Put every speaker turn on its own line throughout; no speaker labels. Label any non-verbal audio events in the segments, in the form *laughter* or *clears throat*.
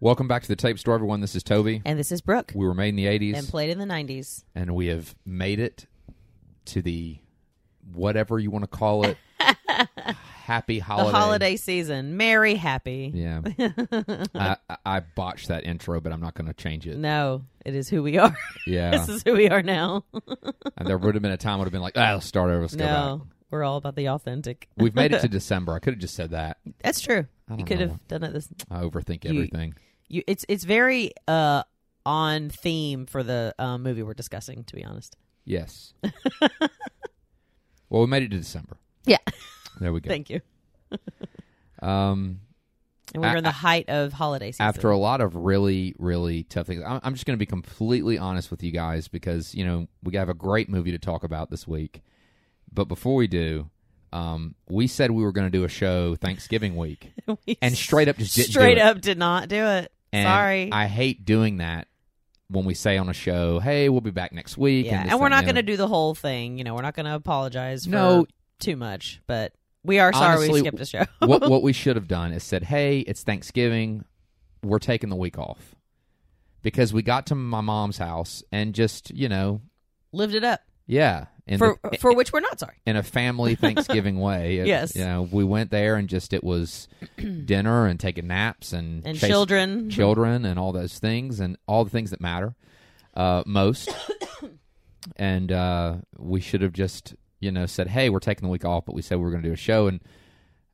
Welcome back to the tape store, everyone. This is Toby.
And this is Brooke.
We were made in the '80s,
And played in the 90s.
and we have made it to the whatever you want to call
*laughs*
it. happy
The
holiday.
holiday season. Merry happy. *laughs*
Yeah. I, I- I botched that intro, but I'm not going to change it.
No, it is who we are. *laughs*
Yeah.
this is who we are now.
and there would have been a time I would have been like, ah, let's start over. Let's go
no,
back.
we're all about the authentic.
We've made it
*laughs*
to December. I could have just said that.
That's true.
don't
You could
know.
have done it this
I overthink
You-
everything.
you it's it's very uh on theme for the uh, movie we're discussing to be honest.
Yes.
*laughs*
well, we made it to December.
Yeah.
There we go.
Thank you.
um,
And we
A-
were in the height of holiday season.
after a lot of really, really tough things, I'm, I'm just going to be completely honest with you guys because, you know, we have a great movie to talk about this week. But before we do, um, we said we were going to do a show Thanksgiving
*laughs*
week
We
and straight up just didn't do
straight
it.
up did not do it.
And
Sorry.
I hate doing that when we say on a show, "Hey, we'll be back next week."
yeah,
and,
and,
this,
we're
that,
not going to do the whole thing. You know, we're not going to apologize for
No.
too much, but we are sorry
Honestly,
we skipped a show. *laughs*
the other. what what we should have done is said, "Hey, it's Thanksgiving. We're taking the week off." Because we got to my mom's house and just, you know,
Lived it up
yeah, in
for
the-
for which we're not sorry.
in a
*laughs*
family Thanksgiving way. It-
Yes.
you know, we went there and just it
*clears throat*
was dinner and taking naps and
And
chase-
children,
children and all those things and all the things that matter uh,
*coughs*
most. and uh, we should have just, you know, said, hey, we're taking the week off, but we said we were going to do a show. And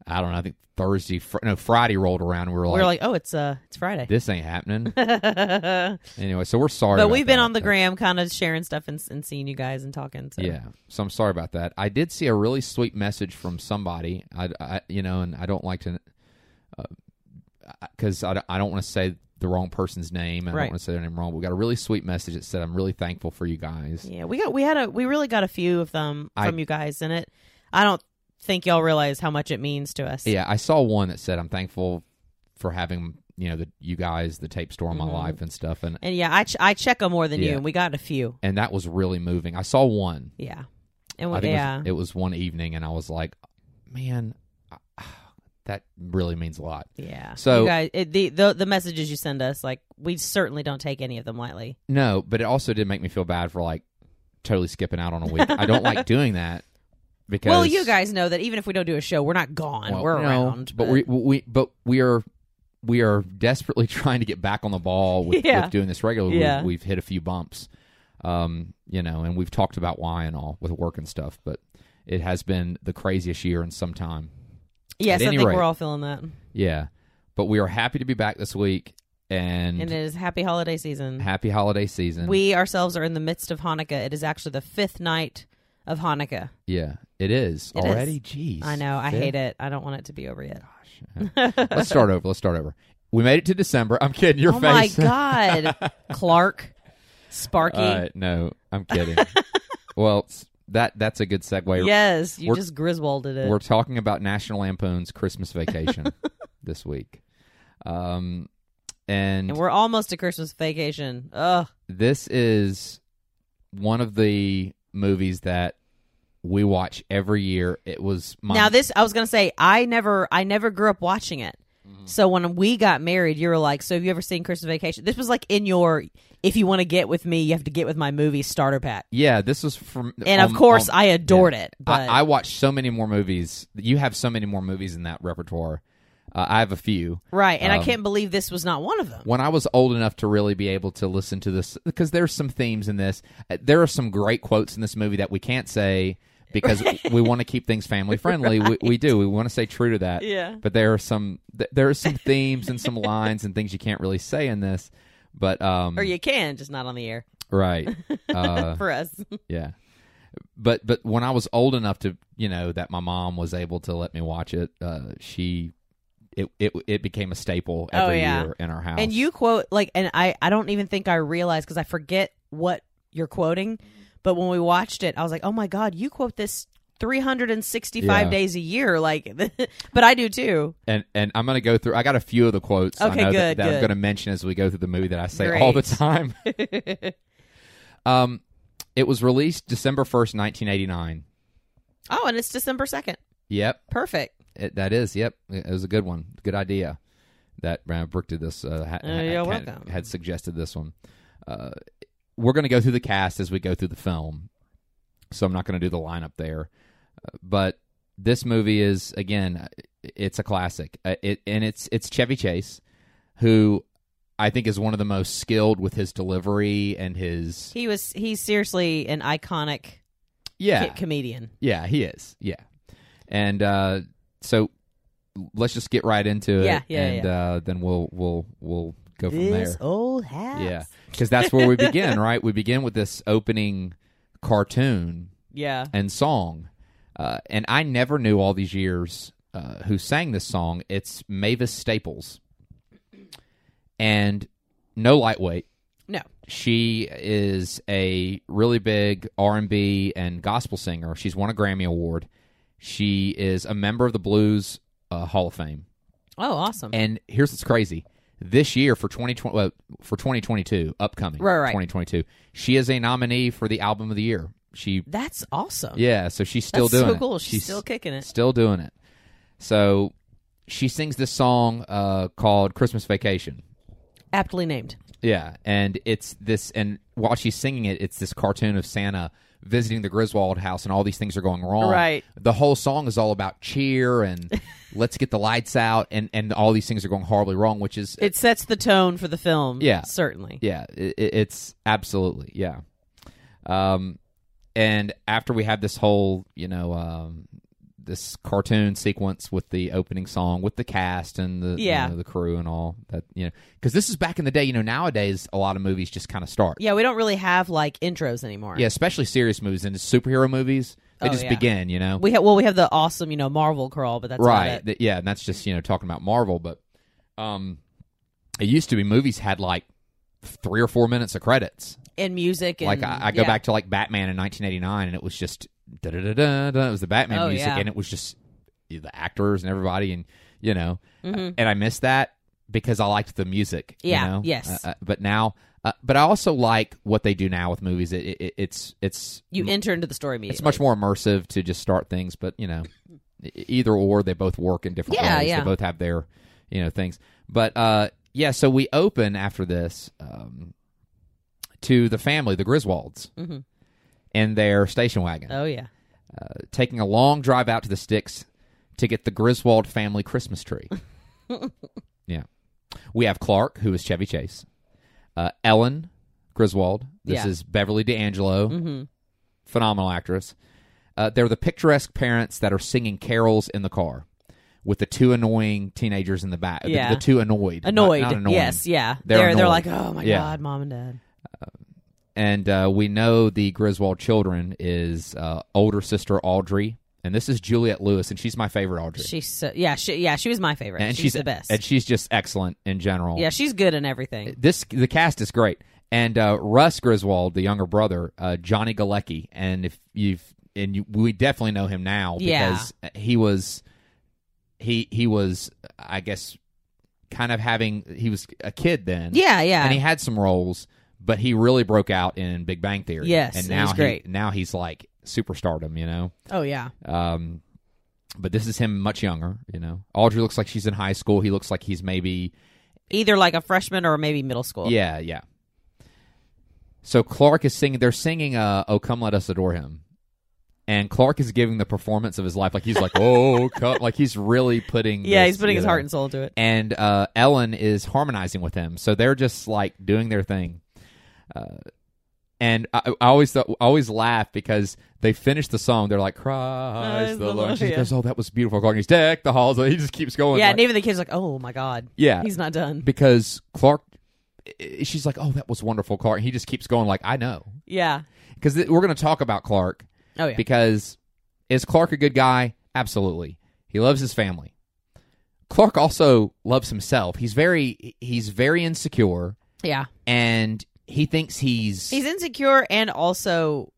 I don't know, I think Thursday, fr- no, Friday rolled around and we were
we
like,
were like, oh, it's uh, it's Friday.
this ain't happening.
*laughs* but
anyway, so we're sorry. about
we've been
that.
on the gram, kind of sharing stuff and, and seeing you guys and talking. So.
Yeah, so I'm sorry about that. I did see a really sweet message from somebody. I, I- you know, and I don't like to, because I, don't- I don't want to say the wrong person's name. and I
Right.
don't want to say their name wrong. But we got a really sweet message that said, "I'm really thankful for you guys."
Yeah, we got we had a we really got a few of them
I-
from you guys in it. I don't think y'all realize how much it means to us.
Yeah, I saw one that said, "I'm thankful for having you know the you guys the tape store in my
Mhm.
life and stuff," and
And yeah, I ch- I check them more than
Yeah.
you, and we got a few.
and that was really moving. I saw one.
Yeah, and we,
I think
yeah,
it, was, it was one evening, and I was like, "Man, I- *sighs* that really means a lot."
yeah.
So-
you guys, it, the, the the messages you send us, like we certainly don't take any of them lightly.
No, but it also did make me feel bad for like totally skipping out on a week. I don't
*laughs*
like doing that because
Well, you guys know that even if we don't do a show, we're not gone.
Well,
we're
no,
around,
but, we we but we are we are desperately *laughs* trying to get back on the ball with,
Yeah.
with doing this regularly.
Yeah.
We've, we've hit a few bumps, um, you know, and we've talked about why and all with work and stuff, but it has been the craziest year in some time.
yes,
at
I
any
think
rate-
we're all feeling that.
Yeah, but we are happy to be back this week and,
And it is happy holiday season.
happy holiday season.
We ourselves are in the midst of Hanukkah. It is actually the fifth night of Hanukkah.
yeah, it is
It is.
already. Jeez,
I know. I
Fifth?
hate it. I don't want it to be over yet.
Let's start over. Let's start over. We made it to December. I'm kidding. Your
oh
face. *laughs*
my god, Clark, Sparky.
Uh, no, I'm
*laughs*
kidding. well, s- that that's a good segue.
yes, you
we're-
just Griswolded it.
We're talking about National Lampoon's Christmas
*laughs*
Vacation this week, um, and,
and we're almost to Christmas vacation. Ugh.
this is one of the movies that we watch every year. It was my
Now this, I was gonna say, I never, I never grew up watching it.
Mm-hmm.
So when we got married, you were like, "So have you ever seen Christmas Vacation?" This was like in your, if you want to get with me, you have to get with my movie starter pack.
yeah. This was from
And
on-
of course,
on-
I adored it. But
I, I watch so many more movies. You have so many more movies in that repertoire. Uh, I have a few. um,
right, and I can't believe this was not one of them.
when I was old enough to really be able to listen to this, because there's some themes in this. Uh, There are some great quotes in this movie that we can't say because we want to keep things family friendly. We, we do. We want to stay true to that.
Yeah.
But there are some th- there are some themes and some lines and things you can't really say in this. But um,
Or you can, just not on the air
right.
*laughs*
Uh,
for us. *laughs*
yeah. But but when I was old enough to you know that my mom was able to let me watch it, uh, she it, it it became a staple
Oh,
every
yeah.
year in our house.
And you quote like, and I I don't even think I realized because I forget what you're quoting. But when we watched it, I was like, oh my god, you quote this 365
Yeah.
days a year, like. *laughs* but I do too. *laughs*
and and I'm gonna go through. I got a few of the quotes. I
Okay,
know that,
good,
that I'm
good.
gonna mention as we go through the movie that I say all the
Great.
time. *laughs* um, it was released December first, 1989.
Oh, and it's December second.
Yep,
Perfect.
it, that is. Yep, it was a good one. Good idea. that uh, Brooke did this. Uh, ha-
Uh,
ha-
you're
had,
welcome.
had suggested this one. Uh, we're going to go through the cast as we go through the film, so I'm not going to do the lineup there. Uh, but this movie is again, it's a classic. Uh, it and it's it's Chevy Chase, who I think is one of the most skilled with his delivery and his
He was he's seriously an iconic co-
yeah
comedian.
yeah he is yeah, and uh, so let's just get right into
Yeah,
it
yeah,
and Uh, then we'll we'll we'll go from there.
This old house.
Yeah, because that's where we begin, *laughs* right? We begin with this opening cartoon
Yeah.
and song, uh, and I never knew all these years uh, who sang this song. It's Mavis Staples, and no lightweight.
No.
She is a really big R and B and gospel singer. She's won a Grammy Award. She is a member of the Blues uh, Hall of Fame.
Oh, awesome.
And here's what's crazy. This year for 2020 well, for 2022 upcoming
Right, right.
2022, she is a nominee for the album of the year. She
That's awesome.
yeah, so she's still
That's
doing
so
it.
cool. She's, still kicking it.
still doing it. So she sings this song uh, called Christmas Vacation.
Aptly named.
Yeah, and it's this, and while she's singing it, it's this cartoon of Santa visiting the Griswold house, and all these things are going wrong.
Right.
The whole song is all about cheer
*laughs*
and let's get the lights out, and and all these things are going horribly wrong, which is
It sets the tone for the film.
Yeah.
Certainly.
yeah, it, it's absolutely yeah. Um, and after we have this whole, you know, um, this cartoon sequence with the opening song with the cast and the you
Yeah.
know, the crew and all that, you know, because this is back in the day. You know, nowadays a lot of movies just kind of start.
Yeah, we don't really have like intros anymore.
Yeah, especially serious movies and superhero movies. They
Oh,
just
yeah.
begin, you know.
We have well, we have the awesome, you know, Marvel crawl, but that's about
right.
it.
Th- yeah, and that's just, you know, talking about Marvel, but um it used to be movies had like 3 or 4 minutes of credits.
And music and
like I, I go
yeah.
back to like Batman in 1989 and it was just da da da da da it was the Batman
Oh,
music
yeah.
and it was just the actors and everybody and you know uh, and I miss that because I liked the music. you
Mm-hmm. Yeah,
know?
yes.
Uh, uh, but now, uh, but I also like what they do now with movies. It, it, it's it's
You enter into the story immediately.
it's much more immersive to just start things but you know e- either or they both work in different
Yeah,
ways
yeah.
they both have their you know things but uh yeah so we open after this um to the family the griswolds
Mhm.
in their station wagon
Oh yeah.
taking a long drive out to the sticks to get the griswold family christmas
*laughs*
tree yeah we have clark who is chevy chase uh, ellen griswold this
Yeah.
is beverly d'angelo
Mm-hmm.
phenomenal actress. Uh, they're the picturesque parents that are singing carols in the car with the two annoying teenagers in the back. the-
Yeah.
The, two annoyed. not-
Annoyed.
not annoying.
Yes, yeah.
They're
they're, they're
annoyed.
like, Oh my
Yeah.
god, mom and dad.
And uh, we know the Griswold children is uh, older sister Audrey. And this is Juliette Lewis, and she's my favorite Audrey.
She's so yeah, she yeah, she was my favorite.
and
she's, the best.
And she's just excellent in general.
yeah, she's good in everything.
This the cast is great. And uh, Russ Griswold, the younger brother, uh, Johnny Galecki, and if you've and you, we definitely know him now
Yeah.
because he was he he was I guess kind of having he was a kid then.
Yeah, yeah.
And he had some roles, but he really broke out in Big Bang Theory.
Yes,
and
he
now
was great.
He, now he's like superstardom, you know.
oh yeah.
Um, but this is him much younger, you know. Audrey looks like she's in high school. He looks like he's maybe
Either like a freshman or maybe middle school.
yeah, yeah. So Clark is singing. They're singing uh, "Oh Come Let Us Adore Him," and Clark is giving the performance of his life. Like he's like, *laughs* "Oh, come," like he's really putting.
Yeah,
this,
he's putting
you
his
know.
heart and soul to it.
And uh, Ellen is harmonizing with him, so they're just like doing their thing. Uh, and I, I always thought, I always laugh because they finish the song. They're like, "Christ the Lord." She
yeah.
goes, "Oh, that was beautiful." Clark, he's deck the halls. He just keeps going.
Yeah,
like-
and even the kids are like, Oh my god.
yeah
He's not done.
because Clark, i- she's like, "Oh, that was wonderful, Clark." And he just keeps going, like, "I know,"
Yeah.
because we're going to talk about Clark.
Oh yeah.
Because is Clark a good guy? Absolutely, he loves his family. Clark also loves himself. He's very he's very insecure,
yeah.
and he thinks he's,
He's insecure and also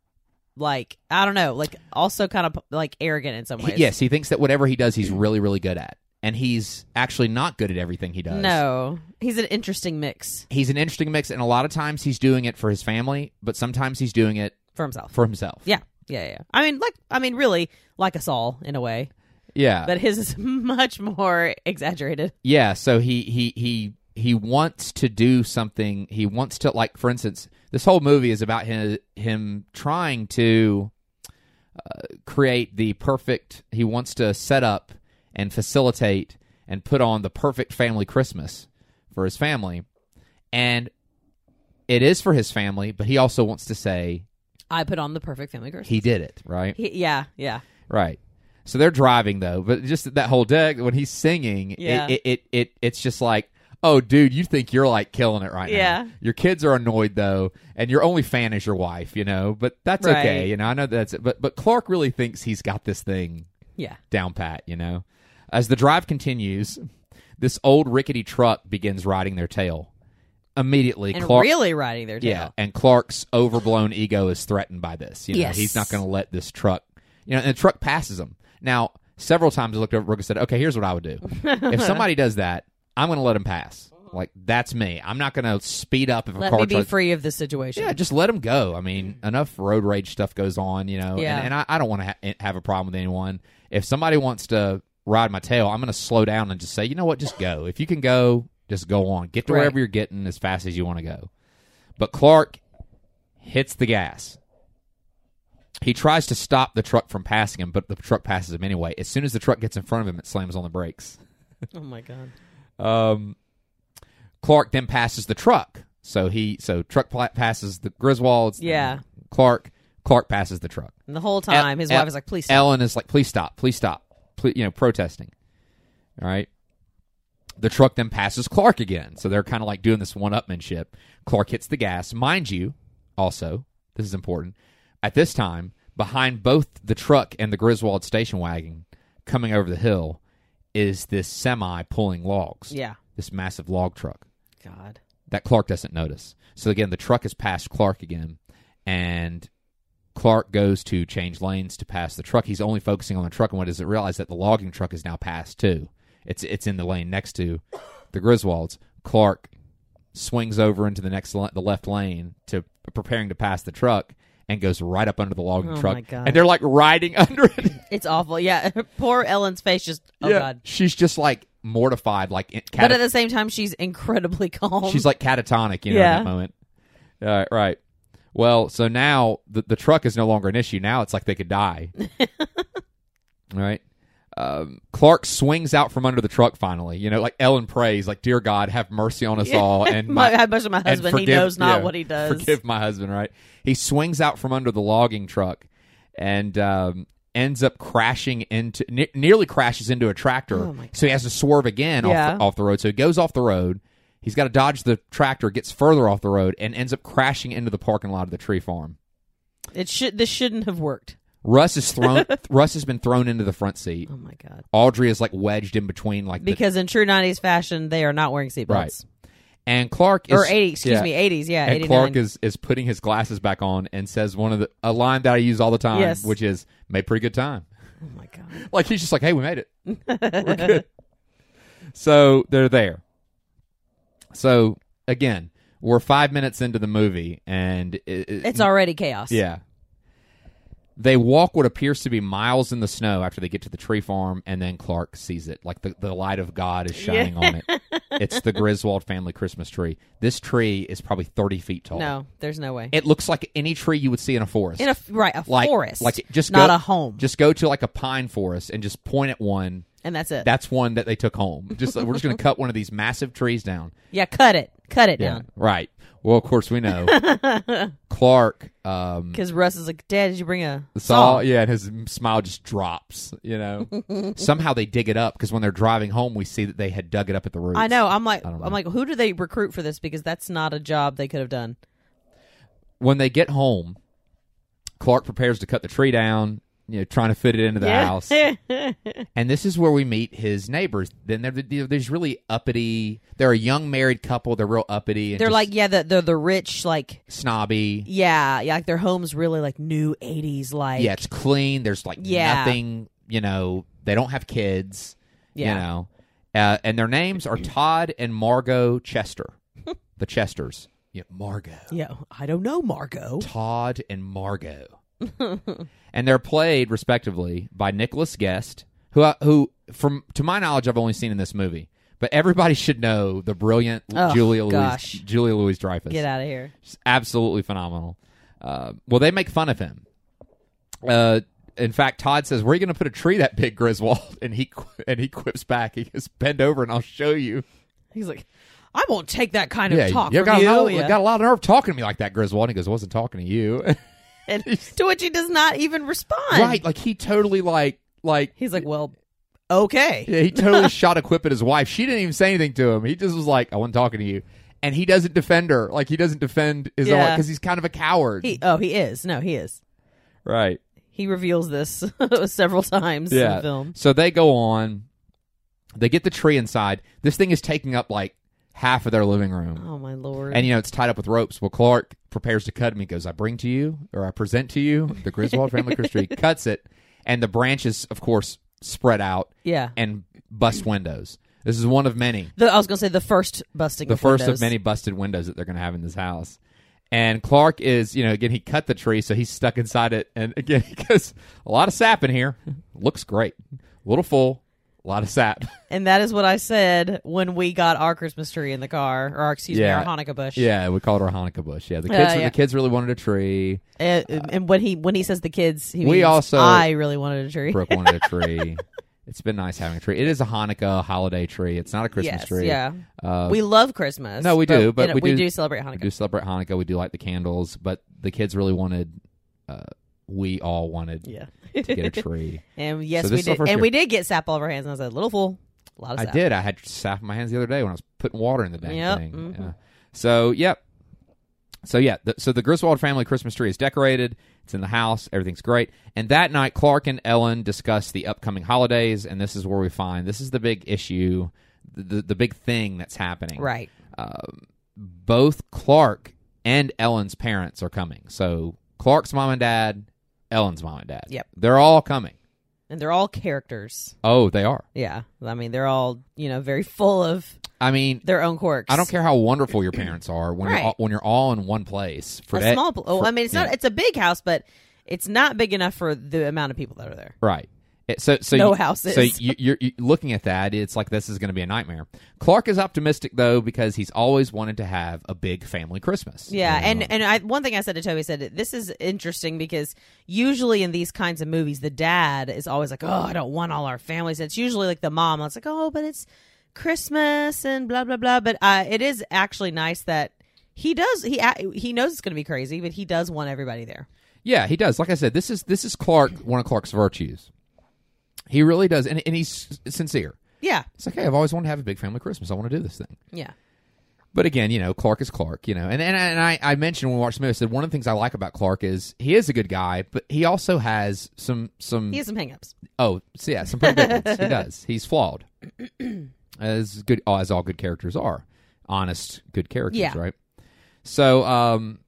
like I don't know, like also kind of like arrogant in some
he-
ways.
yes, he thinks that whatever he does, he's really really good at, and he's actually not good at everything he does.
No. He's an interesting mix
He's an interesting mix, and a lot of times he's doing it for his family, but sometimes he's doing it
for himself.
for himself.
yeah. Yeah, yeah. I mean, like I mean really like us all in a way.
yeah,
but his is *laughs* much more exaggerated.
yeah. So he he he he wants to do something. He wants to like, for instance, this whole movie is about him him trying to uh, create the perfect. He wants to set up and facilitate and put on the perfect family Christmas for his family, and it is for his family. But he also wants to say
I put on the perfect family curse.
he did it right.
He, yeah, yeah.
Right. So they're driving though, but just that whole deck when he's singing,
Yeah.
it, it, it it it's just like, oh, dude, you think you're like killing it right
Yeah.
now. Your kids are annoyed though, and your only fan is your wife, you know. But that's
Right.
okay, you know. I know that's it, but but Clark really thinks he's got this thing
Yeah.
down pat, you know. As the drive continues, this old rickety truck begins riding their tail. Immediately,
And
Clark
really riding their tail.
yeah, and Clark's overblown ego is threatened by this. You know,
Yes.
he's not going to let this truck. You know, and the truck passes him. Now, several times I looked over at Brooke and said, "Okay, here's what I would do. if
*laughs*
somebody does that, I'm going to let him pass. Like that's me. I'm not going to speed up if a
Let
car
me be
tries-
free of this situation.
yeah, just let him go. I mean, enough road rage stuff goes on, you know.
Yeah.
And, and I, I don't want to ha- eh, have a problem with anyone. If somebody wants to ride my tail, I'm going to slow down and just say, you know what, just go. If you can go, just go on. Get to
Right.
wherever you're getting as fast as you want to go. But Clark hits the gas. He tries to stop the truck from passing him, but the truck passes him anyway. As soon as the truck gets in front of him, it slams on the brakes.
Oh my god.
Um, Clark then passes the truck. So he so truck pla- passes the Griswolds.
Yeah.
Clark Clark passes the truck.
And the whole time, his
El-
wife is like, "Please, stop.
Ellen is like, please stop, please stop, please, you know, protesting. All right. The truck then passes Clark again. So they're kind of like doing this one upmanship. Clark hits the gas. Mind you, also, this is important. At this time, behind both the truck and the Griswold station wagon coming over the hill is this semi pulling logs
yeah,
this massive log truck
God,
that Clark doesn't notice. So again, the truck has passed Clark again, and Clark goes to change lanes to pass the truck. He's only focusing on the truck, and what doesn't realize that the logging truck is now passed too. It's it's in the lane next to the Griswolds. Clark swings over into the next la- the left lane to preparing to pass the truck and goes right up under the logging
Oh,
truck,
my God.
and they're like riding *laughs* under it.
it's awful." Yeah, *laughs* poor Ellen's face just, oh
Yeah.
god.
she's just like mortified, like in-
But
cata-
at the same time, she's incredibly *laughs* calm.
She's like catatonic, you know,
Yeah.
in that moment. All right, right. Well, so now the, the truck is no longer an issue. Now it's like they could
*laughs*
die. All right. Um, Clark swings out from under the truck finally. You know, like Ellen prays, like, Dear God, have mercy on us
*laughs*
all. And
my,
my,
I must my
and
husband. he
forgive-
knows not
yeah,
what he does.
Forgive my husband, right? He swings out from under the logging truck and um, ends up crashing into, ne- nearly crashes into a tractor.
Oh, my
so he has to swerve again off,
Yeah.
the, off the road. So he goes off the road. He's got to dodge the tractor, gets further off the road, and ends up crashing into the parking lot of the tree farm.
It should. This shouldn't have worked.
Russ is
*laughs*
thrown. Russ has been thrown into the front seat.
Oh my god.
Audrey is like wedged in between, like the,
Because in true '90s fashion, they are not wearing seatbelts.
and Clark is
Or '80s, excuse
yeah.
me, '80s. Yeah,
and Clark
'89.
is, is putting his glasses back on and says one of the a line that I use all the time,
Yes.
which is "made pretty good time."
oh my god.
Like he's just like, "Hey, we made it. We're good." *laughs* So they're there. So again, we're five minutes into the movie, and it, it-
It's already chaos.
yeah. They walk what appears to be miles in the snow after they get to the tree farm, and then Clark sees it. Like the, the light of God is shining on it. It's
*laughs*
the Griswold family Christmas tree. This tree is probably 30 feet tall.
No, there's no way.
It looks like any tree you would see in a forest.
in a right a
like,
forest,
Like just
not
go,
a home,
Just go to like a pine forest and just point at one.
and that's it.
That's one that they took home. Just we're just going to cut one of these massive trees down.
yeah, cut it, cut it down.
Right. Well, of course we
*laughs*
know Clark um,
Because Russ is like, Dad, did you bring a
saw.
saw?
Yeah, and his smile just drops. You
*laughs*
know. Somehow they dig it up because when they're driving home, we see that they had dug it up at the roots.
I know. I'm like,
I don't know.
I'm like, who do they recruit for this? Because that's not a job they could have done.
when they get home, Clark prepares to cut the tree down. You know, trying to fit it into the
*laughs*
house. And this is where we meet his neighbors. Then they're, they're there's really uppity. They're a young married couple. They're real uppity. And
they're
just
like, yeah, the, they're the rich, like,
snobby.
yeah, yeah, like their home's really like new '80s, like,
yeah, it's clean. There's like
Yeah.
nothing. You know, they don't have kids.
Yeah.
You know, uh, and their names are Todd and Margot
*laughs*
Chester, the Chesters. Yeah, Margot.
yeah. I don't know, Margot.
Todd *laughs* and Margot. and they're played respectively by Nicholas Guest, who I, who from to my knowledge I've only seen in this movie. But everybody should know the brilliant
Oh,
Julia
gosh.
Louis Julia Louis Dreyfus.
Get out of here.
She's absolutely phenomenal. Uh, well, they make fun of him. Uh, in fact, Todd says, "Where are you going to put a tree that big, Griswold?" *laughs* And he qu- and he quips back. He goes, "Bend over, and I'll show you."
He's like, I won't take that kind
yeah,
of talk
you
from
got
you.
a lot,
Yeah.
got a lot of nerve talking to me like that, Griswold. And he goes, "I "Wasn't talking to you." *laughs*
And to which he does not even respond.
right? Like he totally like like
He's like, well, okay.
Yeah, *laughs* he
*laughs*
totally shot a quip at his wife. She didn't even say anything to him. He just was like, "I wasn't talking to you," and he doesn't defend her. Like he doesn't defend his own
Yeah.
because he's kind of a coward,
He, oh, he is. No, he is.
right?
He reveals this *laughs* several times in the film.
So they go on. They get the tree inside. This thing is taking up like half of their living room,
Oh my lord.
and you know it's tied up with ropes. Well, Clark prepares to cut him. He goes, "I bring to you, or I present to you, the Griswold
*laughs*
family Christmas tree." Cuts it, and the branches, of course, spread out
yeah.
and bust windows. This is one of many.
The, I was gonna say the first busting.
the
of
first
windows.
of many busted windows that they're going to have in this house. And Clark is, you know, again, he cut the tree, so he's stuck inside it. And again, *laughs* he goes, a lot of sap in here. Looks great. A little full, a lot of sap. *laughs*
And that is what I said when we got our Christmas tree in the car, or our, excuse
Yeah.
me, our Hanukkah bush.
yeah, we called her Hanukkah bush. Yeah, the kids,
Uh, yeah.
the kids really wanted a tree.
And, and when he when he says the kids, he
We
means,
also-
I really wanted a tree. *laughs*
Brooke wanted a tree. It's been nice having a tree. It is a Hanukkah holiday tree. It's not a Christmas
yes,
tree.
yeah.
Uh,
we love Christmas.
No, we do, but
you know,
we do-
celebrate
we
Hanukkah.
do celebrate Hanukkah. We do like the candles, but the kids really wanted. Uh, we all wanted
yeah.
to get
*laughs*
a tree.
and yes,
So this
we
is our
did. And
first year.
we did get sap all over our hands. And I said, "Little fool, a lot of
I
sap."
did. I had sap in my hands the other day when I was putting water in the dang
Yep,
thing.
mhm.
Yeah. So, yep. So, yeah. The, so, the Griswold family Christmas tree is decorated. It's in the house. Everything's great. And that night, Clark and Ellen discuss the upcoming holidays. And this is where we find this is the big issue, the, the, the big thing that's happening.
Right.
Um, both Clark and Ellen's parents are coming. So, Clark's mom and dad, Ellen's mom and dad.
Yep.
They're all coming.
And they're all characters.
Oh, they are.
Yeah. I mean, they're all, you know, very full of
I mean,
their own quirks.
I don't care how wonderful your parents are when
Right.
you're all, when you're all in one place for
a
that
small pl- oh,
for-
I mean, it's
yeah.
not it's a big house, but it's not big enough for the amount of people that are there.
right. It- so so
No
you,
houses.
So you, you're, you looking at that. It's like this is going to be a nightmare. Clark is optimistic though because he's always wanted to have a big family Christmas.
Yeah,
You know?
and and I, one thing I said to Toby I said this is interesting because usually in these kinds of movies, the dad is always like, "Oh, I don't want all our families." It's usually like the mom. It's like, "Oh, but it's Christmas and blah blah blah." But uh, it is actually nice that he does he a- he knows it's going to be crazy, but he does want everybody there.
yeah, he does. Like I said, this is this is Clark one of Clark's virtues. He really does, and and he's sincere.
Yeah,
It's like, hey, I've always wanted to have a big family Christmas. I want to do this thing.
yeah,
But again, you know, Clark is Clark, you know. And and, and I, I mentioned when we watched the movie, I said one of the things I like about Clark is he is a good guy, but he also has some some
he has some hangups.
oh so yeah, some pretty big ones. He does. He's flawed. As good as all good characters are. Honest good characters,
Yeah.
right? So um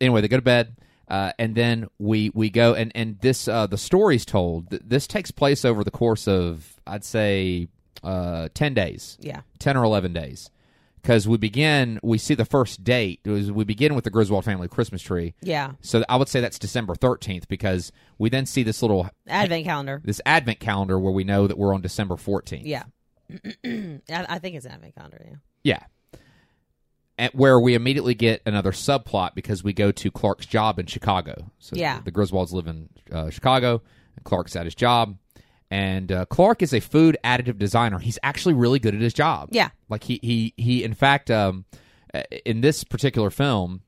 anyway, they go to bed. Uh, and then we, we go and and this uh, the story's told. Th- This takes place over the course of I'd say uh, ten days.
Yeah,
10 or 11 days because we begin we see the first date It was- we begin with the griswold family christmas tree
yeah.
so i would say that's december 13th because we then see this little
Advent calendar.
this advent calendar where we know that we're on december 14th
Yeah, *clears throat* I, I think it's advent calendar. Yeah.
yeah At where we immediately get another subplot because we go to clark's job in chicago so
Yeah.
the griswolds live in uh, chicago and clark's at his job and uh, clark is a food additive designer he's actually really good at his job
Yeah.
Like he he he. In fact, um, uh, in this particular film,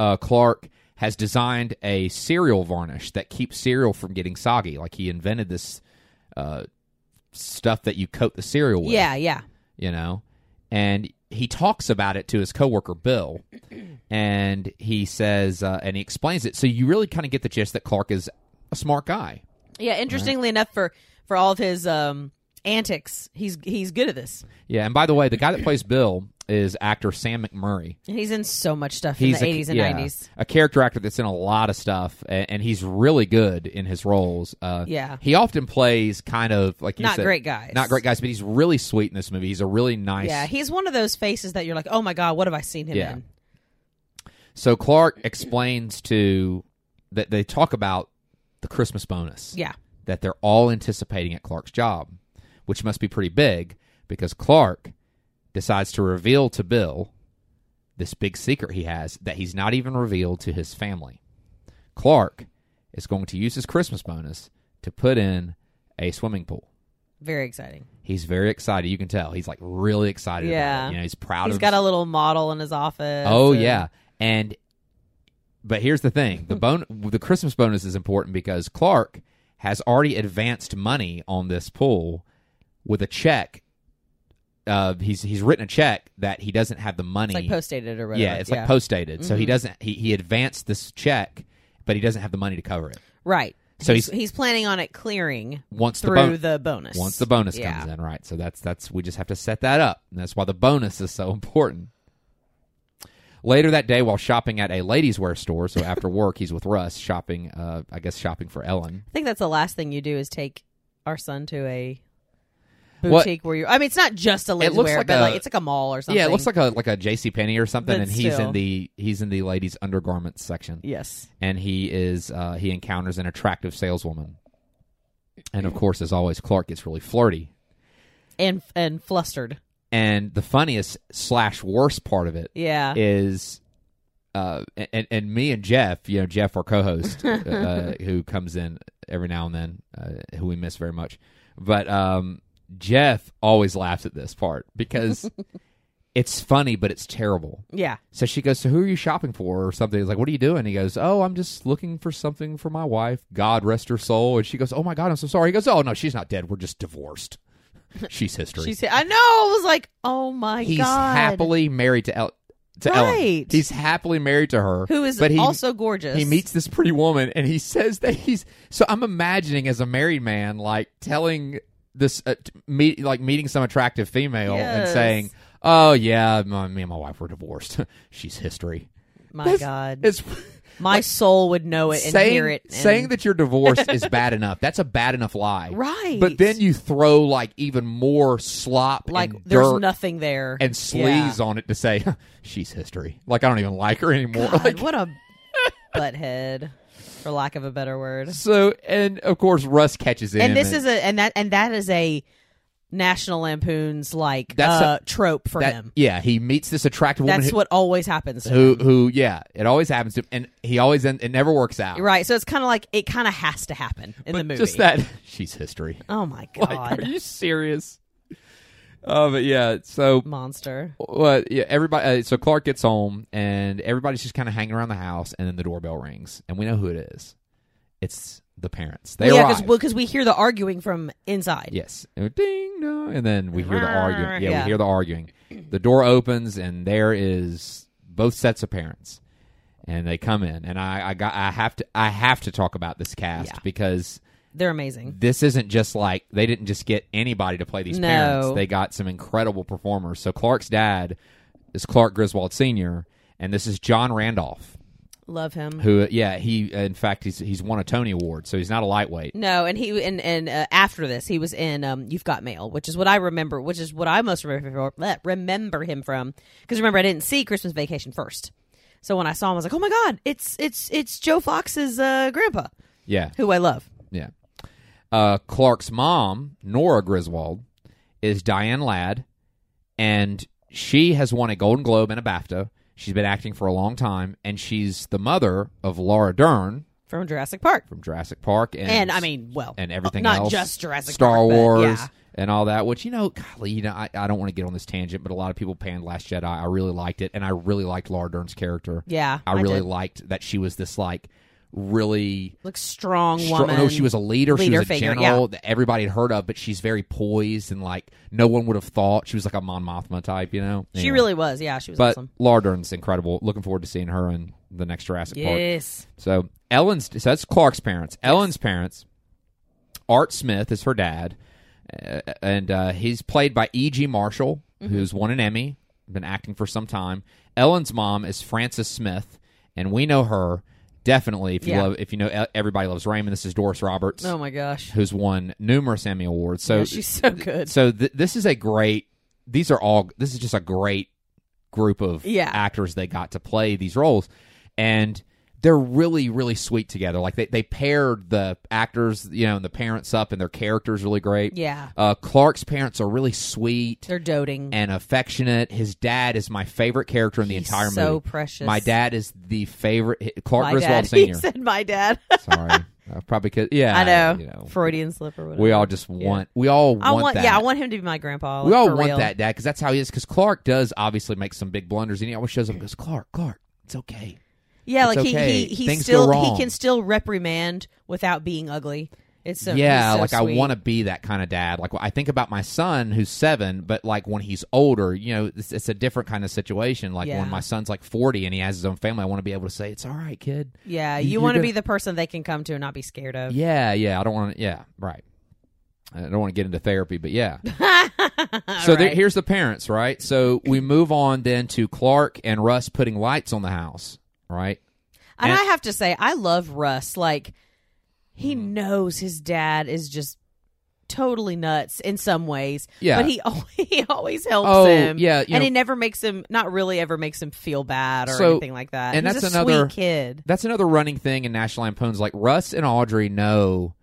uh, Clark has designed a cereal varnish that keeps cereal from getting soggy. Like he invented this uh, stuff that you coat the cereal with.
Yeah, yeah.
You know, and he talks about it to his coworker Bill, and he says uh, and he explains it. So you really kind of get the gist that Clark is a smart guy.
Yeah, interestingly enough for for all of his um antics, he's he's good at this.
Yeah. And by the way, the guy that plays Bill is actor Sam McMurray.
And he's in so much stuff
he's
in
a-
the 80s and
yeah,
90s.
A character actor that's in a lot of stuff, and, and he's really good in his roles. Uh,
Yeah.
he often plays kind of like you
Not
said,
great guys.
not great guys, but he's really sweet in this movie. He's a really nice.
Yeah, he's one of those faces that you're like, "Oh my god, what have I seen him
Yeah.
in?"
so Clark explains to that they talk about the Christmas bonus
Yeah.
that they're all anticipating at Clark's job, which must be pretty big because Clark decides to reveal to Bill this big secret he has that he's not even revealed to his family. Clark is going to use his Christmas bonus to put in a swimming pool.
Very exciting.
He's very excited. You can tell he's like really excited. about it.
Yeah.
you know he's proud.
He's
of
got a little model in his office.
Oh
and-
yeah, and but here's the thing:
*laughs*
the bon- the Christmas bonus is important because Clark has already advanced money on this pool with a check. Uh, he's he's written a check that he doesn't have the money.
It's like post dated or whatever.
yeah,
Mm-hmm.
it's like post dated, so he doesn't. He he advanced this check, but he doesn't have the money to cover it.
Right.
So
he's,
he's,
he's planning on it clearing
once the
through
bonus
the bonus.
once the bonus
Yeah.
comes in, right? So that's that's we just have to set that up. And that's why the bonus is so *laughs* important. Later that day, while shopping at a ladies' wear store, so
*laughs*
after work, he's with Russ shopping. Uh, I guess shopping for Ellen.
I think that's the last thing you do is take our son to a
What-
boutique where you. I mean, it's not just a ladies'
looks
wear,
like
but
a-
like it's like a mall or something.
Yeah, it looks like a like a J.C. Penney or something,
But
and he's
still.
in the he's in the ladies' undergarments section,
yes.
and he is uh, he encounters an attractive saleswoman, and of course, as always, Clark gets really flirty.
And and flustered.
And the funniest slash worst part of it
Yeah.
is uh and and me and Jeff, you know, Jeff our co-host uh, who comes in every now and then uh, who we miss very much. But um Jeff always laughs at this part because it's funny but it's terrible.
yeah.
So she goes, "So who are you shopping for?" or something. He's like, "What are you doing?" He goes, "Oh, I'm just looking for something for my wife. God rest her soul." And she goes, "Oh my God, I'm so sorry." He goes, "Oh no, she's not dead. We're just divorced. She's history."
She said, "I know." I was like, "Oh my
he's
god."
happily married to El- to Ellen.
Right.
He's happily married to her,
Who is
but he,
also gorgeous.
he meets this pretty woman, and he says that he's. So I'm imagining as a married man, like telling this, uh, t- meet like meeting some attractive female and
Yes.
saying, "Oh yeah, my, me and my wife were divorced. *laughs* She's history."
My God,
It's
my soul would know it and
saying
hear it. And,
saying that you're divorced is bad enough. That's a bad enough lie,
*laughs* Right.
But then you throw like even more slop,
like
and
there's
dirt
nothing there
and
Yeah.
sleaze on it to say *laughs* she's history. Like I don't even like her anymore. *laughs*
God,
Like
what a butthead, for lack of a better word.
so, and of course Russ catches in.
And this is a and that and that is a National Lampoon's like
That's
uh, trope for
that,
him.
yeah. He meets this attractive woman
That's
who,
what always happens. To
who who yeah. It always happens to him, and he always end, it never works out.
him. Right, so it's kind of like it kind of has to happen in the movie.
Just that *laughs* she's history.
Oh my
*laughs* Like,
god,
are you serious? Oh, but yeah. So
monster!
Well, yeah, everybody. Uh, so Clark gets home, and everybody's just kind of hanging around the house, and then the doorbell rings, and we know who it is. It's the parents. They
Well, yeah,
arrive.
because we hear the arguing from inside.
Yes. And Ding dong, and then we hear the arguing. Yeah,
Yeah.
we hear the arguing. The door opens, and there is both sets of parents, and they come in. And I, I got, I have to, I have to talk about this cast
Yeah.
because
They're amazing.
this isn't just like they didn't just get anybody to play these
No.
parents. They got some incredible performers. So Clark's dad is Clark Griswold Senior, and this is John Randolph,
Love him.
who, yeah, he, in fact, he's he's won a Tony Award, so he's not a lightweight.
No, and he and and uh, after this, he was in um, "You've Got Mail," which is what I remember, which is what I most remember bleh, remember him from. Because remember, I didn't see Christmas Vacation first, so when I saw him, I was like, "Oh my god, it's it's it's Joe Fox's uh, grandpa,
Yeah,
who I love."
Yeah. Uh, Clark's mom, Nora Griswold, is Diane Ladd, and she has won a Golden Globe and a BAFTA. She's been acting for a long time, and she's the mother of Laura Dern
From Jurassic Park,
from Jurassic Park, and,
and I mean, well,
and everything
not
else,
just Jurassic
Star
Park, but
Wars,
yeah.
and all that. Which you know, golly, you know, I, I don't want to get on this tangent, but a lot of people panned Last Jedi. I really liked it, and I really liked Laura Dern's character.
Yeah,
I,
I
really
did.
liked that she was this like really
like strong
strong-
woman.
oh, No, she was a leader. she
leader
was a
figure,
general
yeah.
that everybody had heard of, but she's very poised and like no one would have thought she was like a Mon Mothma type, you know.
She
Anyway.
really was. Yeah, she was
But
awesome.
Laura Dern's incredible. Looking forward to seeing her in the next Jurassic Park.
Yes,
So Ellen's. So that's Clark's parents. Ellen's parents. Art Smith is her dad, uh, and uh, he's played by E.G. Marshall,
Mm-hmm.
who's won an Emmy, been acting for some time. Ellen's mom is Frances Smith, and we know her definitely. If you
Yeah.
love, if you know, E- everybody loves Raymond. This is Doris Roberts,
oh my gosh,
who's won numerous Emmy awards. So
Yeah, she's so good.
so th- this is a great. These are all. This is just a great group of
Yeah.
actors they got to play these roles, and they're really really sweet together. Like they they paired the actors, you know, and the parents up, and their characters really great.
Yeah.
Uh, Clark's parents are really sweet
They're doting.
and affectionate. His dad is my favorite character in the
He's
entire
so
movie.
precious.
My dad is the favorite. Clark
my
Griswold
dad. *laughs*
Senior.
He said my dad.
Sorry, I probably could. Yeah,
*laughs* I know.
You know,
Freudian slip or whatever.
we all just want. We all want.
I want,
that.
yeah, I want him to be my grandpa.
We
like,
all
for
want
real.
that, Dad, because that's how he is. Because Clark does obviously make some big blunders, and he always shows up and goes, "Clark, Clark, it's okay."
Yeah,
It's
like
okay.
he he, he
Things go
still
wrong.
he can still reprimand without being ugly. It's so
yeah,
he's so
like I
sweet.
want to be that kind of dad. Like I think about my son who's seven, but like when he's older, you know, it's, it's a different kind of situation. Like
Yeah.
when my son's like forty and he has his own family, I want to be able to say, "It's all right, kid."
Yeah,
You-
you,
you're
want to
gonna-
be the person they can come to and not be scared of.
Yeah, yeah. I don't want to. Yeah, right. I don't want to get into therapy, but yeah. so
*laughs* All
there,
right.
here's the parents, right? So we move on then to Clark and Russ putting lights on the house, right?
and,
and-
I have to say, I love Russ. Like he
Mm.
knows his dad is just totally nuts in some ways.
Yeah.
but he *laughs* al- he always helps
Oh,
him.
yeah, you
and
know-
he never makes him not really ever makes him feel bad or
So-
anything like that.
and
He's
that's
a
another-
sweet kid.
That's another running thing in National Lampoon's. Like Russ and Audrey know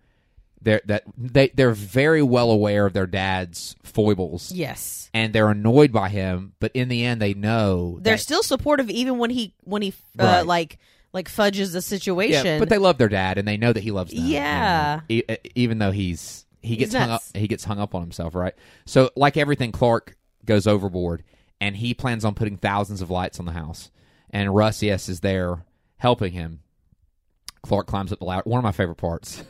they're, that they they're very well aware of their dad's foibles,
Yes.
and they're annoyed by him. But in the end, they know
they're
that-
still supportive even when he when he uh,
Right.
like like fudges the situation.
Yeah, but they love their dad, and they know that he loves them. you know.
Yeah.
E- e- even though he's he gets hung up,
nuts.
he gets hung up on himself, right? So, like everything, Clark goes overboard, and he plans on putting thousands of lights on the house. And Russ, yes, is there helping him. Clark climbs up the ladder. One of my favorite
*laughs*
parts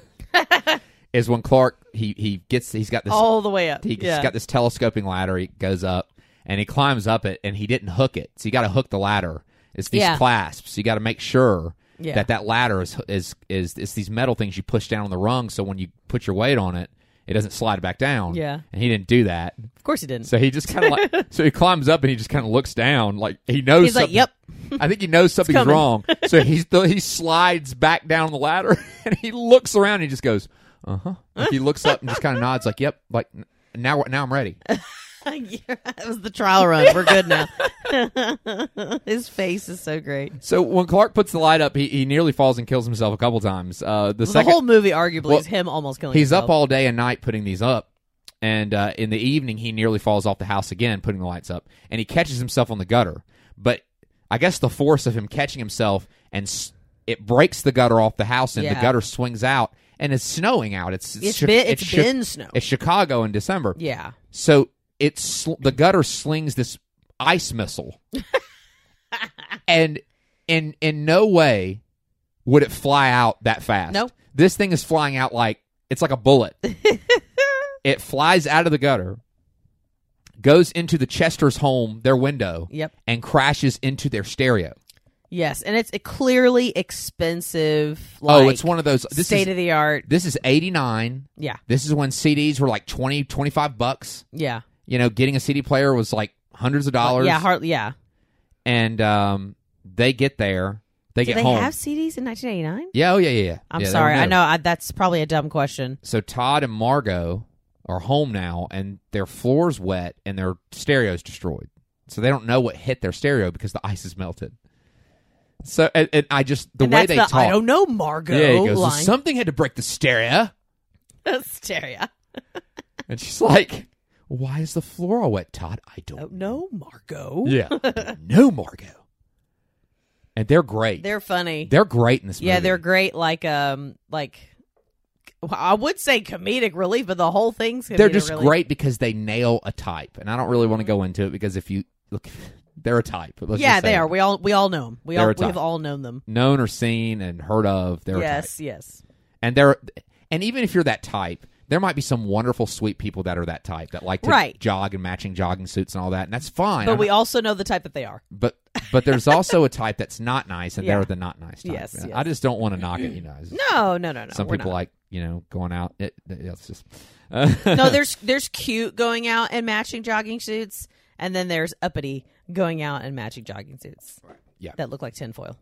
is when Clark he he gets he's got this
all the way up.
He's
yeah.
got this telescoping ladder. He goes up and he climbs up it, and he didn't hook it. So you got to hook the ladder. It's these
Yeah.
clasps. You got to make sure
Yeah.
that that ladder is is is it's these metal things you push down on the rung. So when you put your weight on it, it doesn't slide back down.
Yeah.
And he didn't do that.
of course he didn't.
So he just kind of
*laughs*
like so he climbs up and he just kind of looks down like he knows.
He's like,
something-
"Yep." *laughs*
I think he knows something's
coming.
wrong. So
*laughs*
he's th- he slides back down the ladder *laughs* and he looks around and he just goes, uh huh. Like he looks up and just kind of nods like, yep. Like "N- now now I'm ready.
yeah, that was the trial run. We're good now.
*laughs*
*laughs* His face is so great.
So when Clark puts the light up, he, he nearly falls and kills himself a couple times. Uh, the
*laughs* The
second
whole movie, arguably,
Well,
is him almost killing.
he's up
himself.
all day and night putting these up, and uh, in the evening he nearly falls off the house again putting the lights up, and he catches himself on the gutter. But I guess the force of him catching himself and s- it breaks the gutter off the house, and the
Yeah.
gutter swings out, and it's snowing out. It's it's,
It's
Chi-
been it's
Chi-
been snow.
it's Chicago in December.
yeah,
So it's sl- the gutter slings this ice
*laughs*
missile, and in in no way would it fly out that fast.
Nope.
this thing is flying out like it's like a
*laughs*
bullet. it flies out of the gutter, goes into the Chester's home, their window,
Yep.
and crashes into their stereo.
yes, and it's a clearly expensive. Like,
oh, it's one of those. This
state
is
of the art.
this is eighty nine.
Yeah,
This is when CDs were like 20, 25 bucks.
yeah,
You know, getting a CD player was like hundreds of dollars.
yeah, hardly. Yeah,
and um, they get there. They
do
get
they
home.
have CDs in 1989?
yeah, oh yeah, yeah, yeah.
I'm
Yeah, they
sorry,
were
I
new.
know I, that's probably a dumb question.
So Todd and Margot are home now, and their floor's wet, and their stereo's destroyed. So they don't know what hit their stereo because the ice is melted. So and, and I just the
and
way
that's
they
the,
talk.
I don't know, Margot.
yeah, he goes. "So
line.
Something had to break the stereo,
*laughs* Hysteria.
and she's like, "Why is the floor all wet, Todd? I don't
Oh, no, Margot.
Yeah, no, Margot." And they're great.
They're funny.
They're great in this movie.
yeah, they're great. Like, um, like I would say comedic relief, but the whole thing's
they're
comedic
just
relief.
great because they nail a type, and I don't really want to go into it because if you look, *laughs* they're a type. Let's
yeah,
just say
they are.
it.
We all we all know them. We
They're
all
a
we have
type.
all known them.
known or seen and heard of. They're a type,
yes, yes.
and they're and even if you're that type, there might be some wonderful, sweet people that are that type that like to
Right.
jog and matching jogging suits and all that, and that's fine.
But
I'm
we
not-
also know the type that they are.
but but there's also a type that's not nice, and
*laughs* Yeah.
they're the not nice type.
Yes,
And
yes.
I just don't want to knock
*clears throat*
it. You know, It's-
No, no, no, no.
some
we're
people
not.
like you know going out. It, it- it's just *laughs*
no. There's there's cute going out and matching jogging suits, and then there's uppity going out and matching jogging suits.
Yeah.
that look like tinfoil.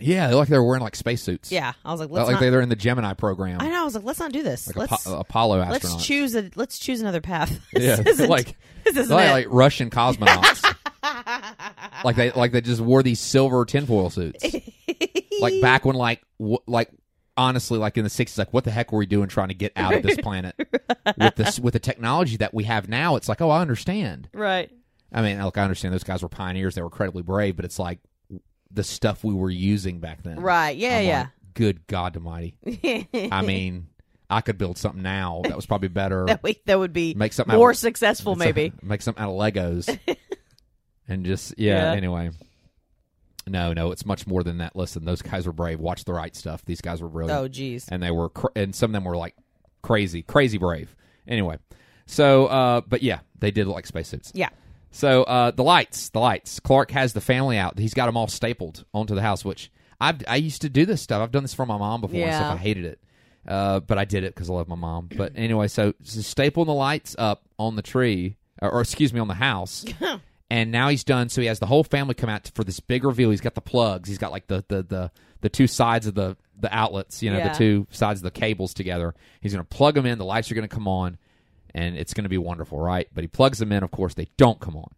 yeah, they're like they're wearing like spacesuits.
Yeah, I was like,
like
let's not.
they're in the Gemini program.
I know. I was like, let's not do this.
like
let's
Apo- Apollo astronauts.
let's choose a let's choose another path. *laughs*
Yeah, *laughs*
this isn't,
like-
this isn't
like,
it. *laughs*
like Russian cosmonauts. like they like they just wore these silver tinfoil suits. like back when like w- like honestly like in the 60s like what the heck were we doing trying to get out
*laughs*
of this planet with this with the technology that we have now it's like oh i understand
Right.
i mean look i understand those guys were pioneers they were incredibly brave but it's like the stuff we were using back then
Right. Yeah.
I'm
yeah.
like, good god almighty
*laughs*
i mean i could build something now that was probably better
that we that would be
make something
more
out of,
successful, maybe.
make something out of
*laughs*
legos and just yeah,
Yeah.
anyway no no it's much more than that listen those guys were brave watch the right stuff these guys were brilliant
oh, geez.
and they were cr- and some of them were like crazy crazy brave anyway so uh but yeah they did look like spacesuits
Yeah.
so uh the lights the lights clark has the family out he's got them all stapled onto the house which i i used to do this stuff i've done this for my mom before and stuff
Yeah.
i hated it uh but i did it because i love my mom
*clears throat*
but anyway so, so stapling the lights up on the tree or, or excuse me on the
*laughs*
house and now he's done. So he has the whole family come out for this big reveal. He's got the plugs. He's got like the the the, the two sides of the the outlets. You know,
Yeah.
the two sides of the cables together. He's going to plug them in. The lights are going to come on, and it's going to be wonderful, right? But he plugs them in. Of course, they don't come on.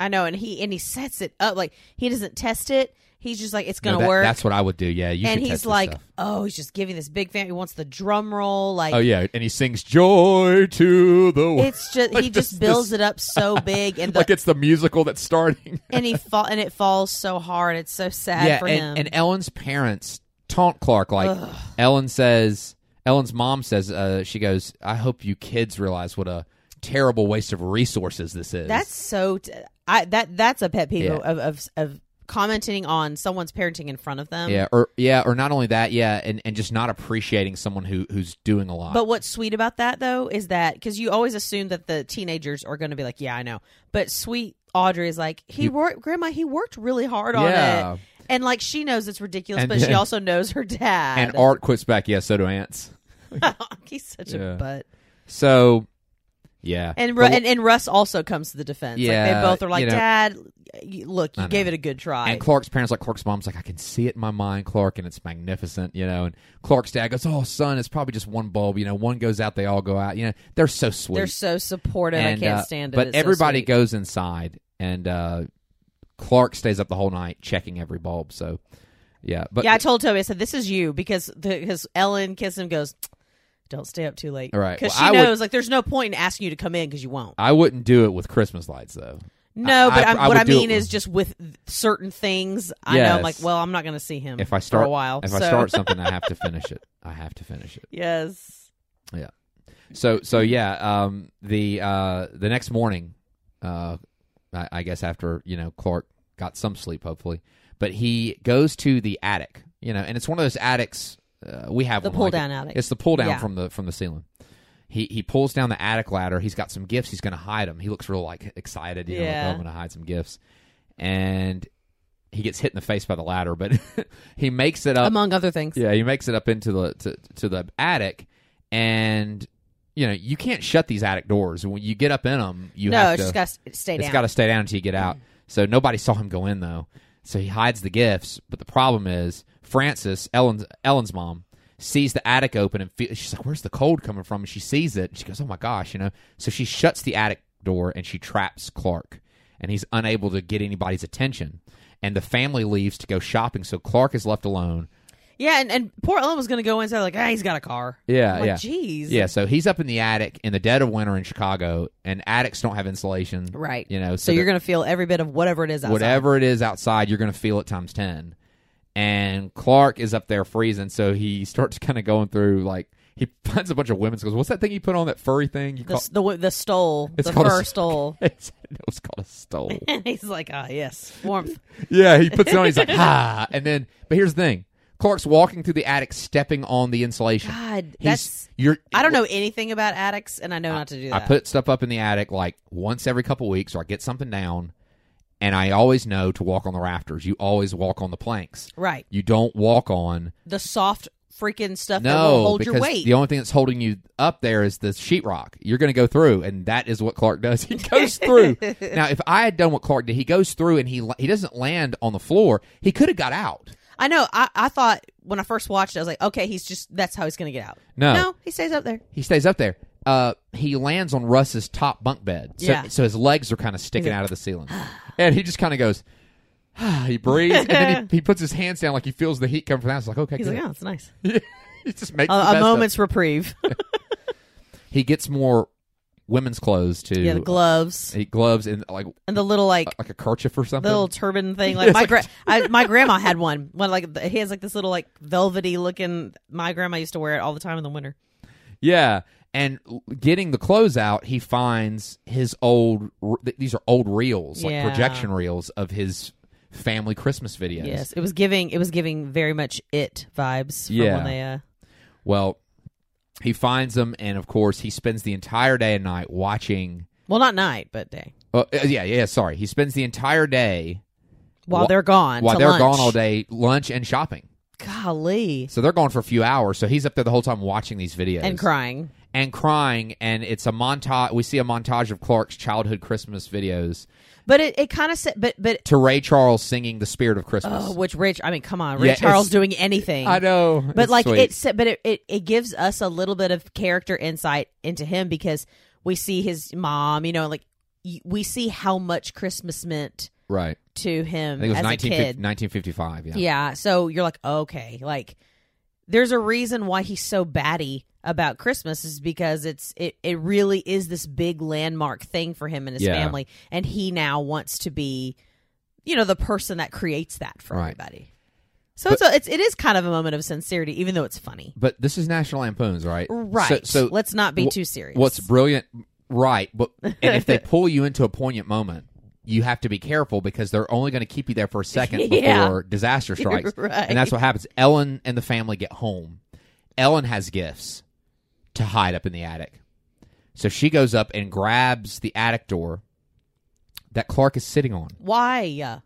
I know, and he and he sets it up like he doesn't test it. He's just like it's
No,
gonna
that-
work.
That's what I would do. Yeah, you should test
and he's
this
like,
stuff.
oh, he's just giving this big fan. He wants the drum roll. Like,
oh yeah, and he sings "Joy to the World,"
it's just
*laughs*
he
Like
just
this-
builds it
*laughs*
up so big, and the,
like it's the musical that's starting.
and he fall and it falls so hard. It's so sad
yeah,
for him.
and, and Ellen's parents taunt Clark. Like Ellen says, Ellen's mom says, uh, she goes, "I hope you kids realize what a terrible waste of resources this is."
that's so. T- I that that's a pet peeve
Yeah.
of, of of commenting on someone's parenting in front of them.
yeah, or yeah, or not only that, yeah, and, and just not appreciating someone who who's doing a lot.
But what's sweet about that though is that because you always assume that the teenagers are going to be like, yeah, I know. But sweet Audrey is like, he worked, Grandma, he worked really hard on
Yeah.
it, and like she knows it's ridiculous,
And *laughs*
but she
then-
also knows her dad. *laughs*
and Art quits back. Yeah, so do ants.
He's such
Yeah.
a butt.
So, yeah,
And, Ru-
But-
and and Russ also comes to the defense. like
Yeah,
they both are like,
you know.
Dad, y- look,
I
you
know.
gave it a good try.
And Clark's parents, like Clark's mom's, like I can see it in my mind, Clark, and it's magnificent, you know. And Clark's dad goes, "Oh, son, it's probably just one bulb, you know. One goes out, they all go out, you know. They're so sweet.
They're so supportive.
And,
I can't
uh,
stand it.
But
It's so
everybody
sweet.
goes inside, and uh, Clark stays up the whole night checking every bulb. So, yeah, but
yeah, I told Toby. I said, "This is you," because because Ellen kisses him. Goes, don't stay up too late.
All right,
because
well, I
she
would-
knows like there's no point in asking you to come in because you won't.
I wouldn't do it with Christmas lights though.
No,
I-
but
I-
I, am
I
what
would
I
do it
mean
with-
is just with certain things. I know. I'm like,
Yes.
well, I'm not going to see him
If I start
for a while.
if
Oh, so.
I start something, I have
*laughs*
to finish it. I have to finish it.
yes,
So so yeah, um, the uh, the next morning, uh, I, I guess after you know Clark got some sleep, hopefully, but he goes to the attic, you know, and it's one of those attics uh, we have
the
one
pull
like it.
down attic.
It's the pull down
Yeah.
from the from the ceiling. He he pulls down the attic ladder. He's got some gifts. He's going to hide them. He looks real like excited. You know, like, oh,
Yeah.
I'm going to hide some gifts, and he gets hit in the face by the ladder. But *laughs* he makes it up.
among other things.
uh, yeah, he makes it up into the to, to the attic, and you know you can't shut these attic doors. When you get up in them, you
no,
have
it's
to,
just got to stay
it's
down.
got to stay down until you get out. So nobody saw him go in though. So he hides the gifts, but the problem is Frances, Ellen's Ellen's mom, sees the attic open and feels, she's like, "Where's the cold coming from?" And she sees it. And she goes, "Oh my gosh!" You know. So she shuts the attic door and she traps Clark, and he's unable to get anybody's attention. And the family leaves to go shopping, so Clark is left alone.
yeah, and, and poor Ellen was going to go inside like, ah, he's got a car.
Yeah,
I'm like,
yeah.
Jeez.
Yeah, so he's up in the attic in the dead of winter in Chicago, and attics don't have insulation,
Right.
You know,
So
they're-
you're going to feel every bit of whatever it is outside.
whatever it is outside, you're going to feel it times 10. And Clark is up there freezing, so he *laughs* starts kind of going through like he finds a bunch of women's goes, "What's that thing you put on that furry thing?" You
The,
call
s- the, w- the stole,
It's
the
called a
fur
s-
stole. *laughs*
it's, *laughs* it was called a stole.
And he's like, ah, yes, warmth.
yeah, he puts it on. He's like, "Ha!" And then, but here's the thing: Clark's walking through the attic, stepping on the insulation.
God,
He's-
that's.
you're.
I don't know anything about addicts, and I know not to do that.
I put stuff up in the attic like once every couple weeks, or I get something down, and I always know to walk on the rafters. You always walk on the planks.
right.
You don't walk on
The soft freaking stuff that
No,
will hold
because
your weight.
the only thing that's holding you up there is the sheetrock. You're going to go through, and that is what Clark does. *laughs* He goes
*laughs*
through. now, if I had done what Clark did, he goes through and he he doesn't land on the floor. He could have got out.
I know. I, I thought when I first watched it, I was like, okay, he's just, that's how he's going to get out.
No.
No, he stays up there.
He stays up there. Uh, he lands on Russ's top bunk bed. So,
Yeah. *sighs*
so his legs are kind of sticking out of the ceiling, and he just kind of goes. *sighs* he breathes, and then
*laughs*
he, he puts his hands down like he feels the heat coming from the house. Like, okay,
He's
good.
like, oh,
*laughs*
it's nice.
he just makes the
A, a
best of it. *laughs*
moment's reprieve.
He gets more women's clothes too.
yeah, the gloves
He gloves and like
and the little like
like a kerchief or something.
the little
*laughs*
turban thing.
Uh,
Like
Yes,
my
like-
gra- I, my grandma had one. One like th- he has like this little like velvety looking. My grandma used to wear it all the time in the winter.
Yeah, and l- getting the clothes out, he finds his old. r- th- These are old reels, like
Yeah.
projection reels of his family Christmas videos.
Yes. it was giving it was giving very much it vibes. From
Yeah.
when they uh,
Well, he finds them, and of course, he spends the entire day and night watching.
well, not night, but day
Uh, uh, yeah, yeah. Sorry, he spends the entire day
while
Wha-
they're gone.
while
to
they're
lunch.
gone all day, lunch and shopping.
Golly,
So they're gone for a few hours. So he's up there the whole time watching these videos
and crying.
and crying. And it's a montage. We see a montage of Clark's childhood Christmas videos
But it, it kind of said, but but
to Ray Charles singing "The Spirit of Christmas."
oh, which Rich? I mean, come on,
Yeah,
Rich Charles
it's-
doing anything.
I know,
but
It's
like
sweet.
it said, but it, it it gives us a little bit of character insight into him because we see his mom. You know, like y- we see how much Christmas meant
right.
to him
I think it was
as
19,
a kid.
1955. Yeah.
Yeah. So you're like, okay, like there's a reason why he's so batty about Christmas is because it's it, it really is this big landmark thing for him and his
Yeah.
family. And he now wants to be, you know, the person that creates that for
Right.
everybody. So it's, a, it's it is kind of a moment of sincerity, even though it's funny.
But this is National Lampoon's, right?
Right.
So, so
let's not be
wh-
too serious.
what's brilliant, right? But and if
*laughs*
they pull you into a poignant moment, you have to be careful because they're only going to keep you there for a second
*laughs* Yeah.
before disaster strikes,
right.
and that's what happens. Ellen and the family get home. Ellen has gifts to hide up in the attic, so she goes up and grabs the attic door that Clark is sitting on.
why? Yeah.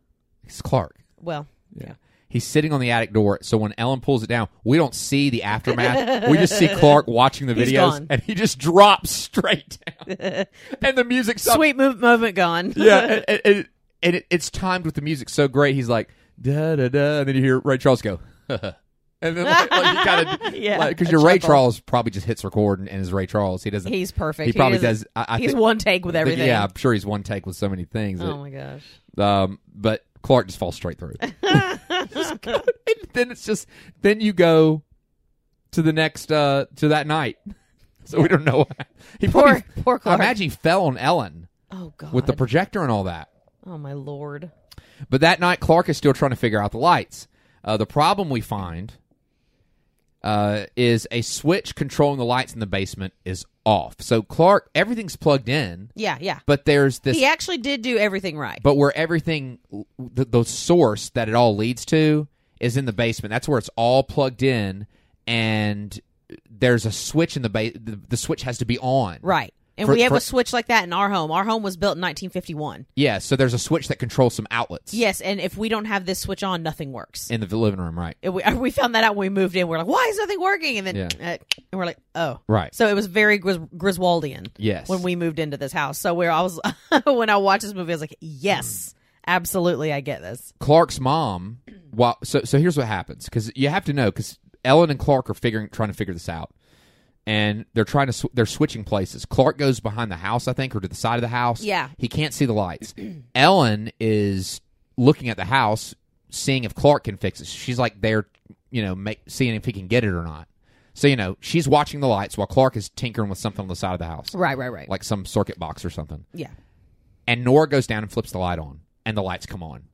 It's Clark.
Well,
He's sitting on the attic door, so when Ellen pulls it down, we don't see the aftermath. we just see Clark watching the
He's
videos,
gone.
and he just drops straight
*laughs*
down, and the music stops.
sweet move, moment gone.
Yeah, and, and, and it, it's timed with the music so great. He's like da da da, and then you hear Ray Charles go, *laughs* and then like, like you gotta
*laughs* Yeah,
because
a
your Ray
chuckle.
Charles probably just hits record and, and is Ray Charles. He doesn't.
*laughs* He's perfect.
he probably
doesn't-
does. I, I
he's
think-
one take with everything.
Yeah, I'm sure he's one take with so many things.
Oh my gosh.
Um, but Clark just falls straight
*laughs*
through. Just go- and then it's just then you go to the next uh to that night. *laughs* So we don't know. Why. He
Poor,
probably,
poor Clark.
imagine he fell on Ellen
oh God.
with the projector and all that.
oh my lord.
But that night, Clark is still trying to figure out the lights. Uh, the problem we find uh, is a switch controlling the lights in the basement is off. So Clark, everything's plugged in,
Yeah, yeah.
but there's this
He actually did do everything right.
but where everything the, the source that it all leads to is in the basement that's where it's all plugged in and there's a switch in the ba- the, the switch has to be on
right. And
For-
we have
for-
a switch like that in our home. Our home was built in 1951.
yeah so there's a switch that controls some outlets
Yes, and if we don't have this switch on, nothing works.
in the living room right
It- we, *laughs* we found that out when we moved in. We're like, why is nothing working? And then
Yeah.
uh, and we're like, oh.
Right.
So it was very Gris- Griswoldian
yes
when we moved into this house. So where I was, *laughs* when I watched this movie, I was like,
Hmm.
yes, absolutely, I get this.
clark's mom while so so here's what happens because you have to know because ellen and clark are figuring trying to figure this out and they're trying to sw- they're switching places clark goes behind the house i think or to the side of the house
Yeah.
He can't see the lights. *clears throat* Ellen is looking at the house, seeing if Clark can fix it. She's like there, you know, make, seeing if he can get it or not. So you know, she's watching the lights while Clark is tinkering with something on the side of the house,
Right, right, right.
like some circuit box or something.
yeah.
And Nora goes down and flips the light on, and the lights come on.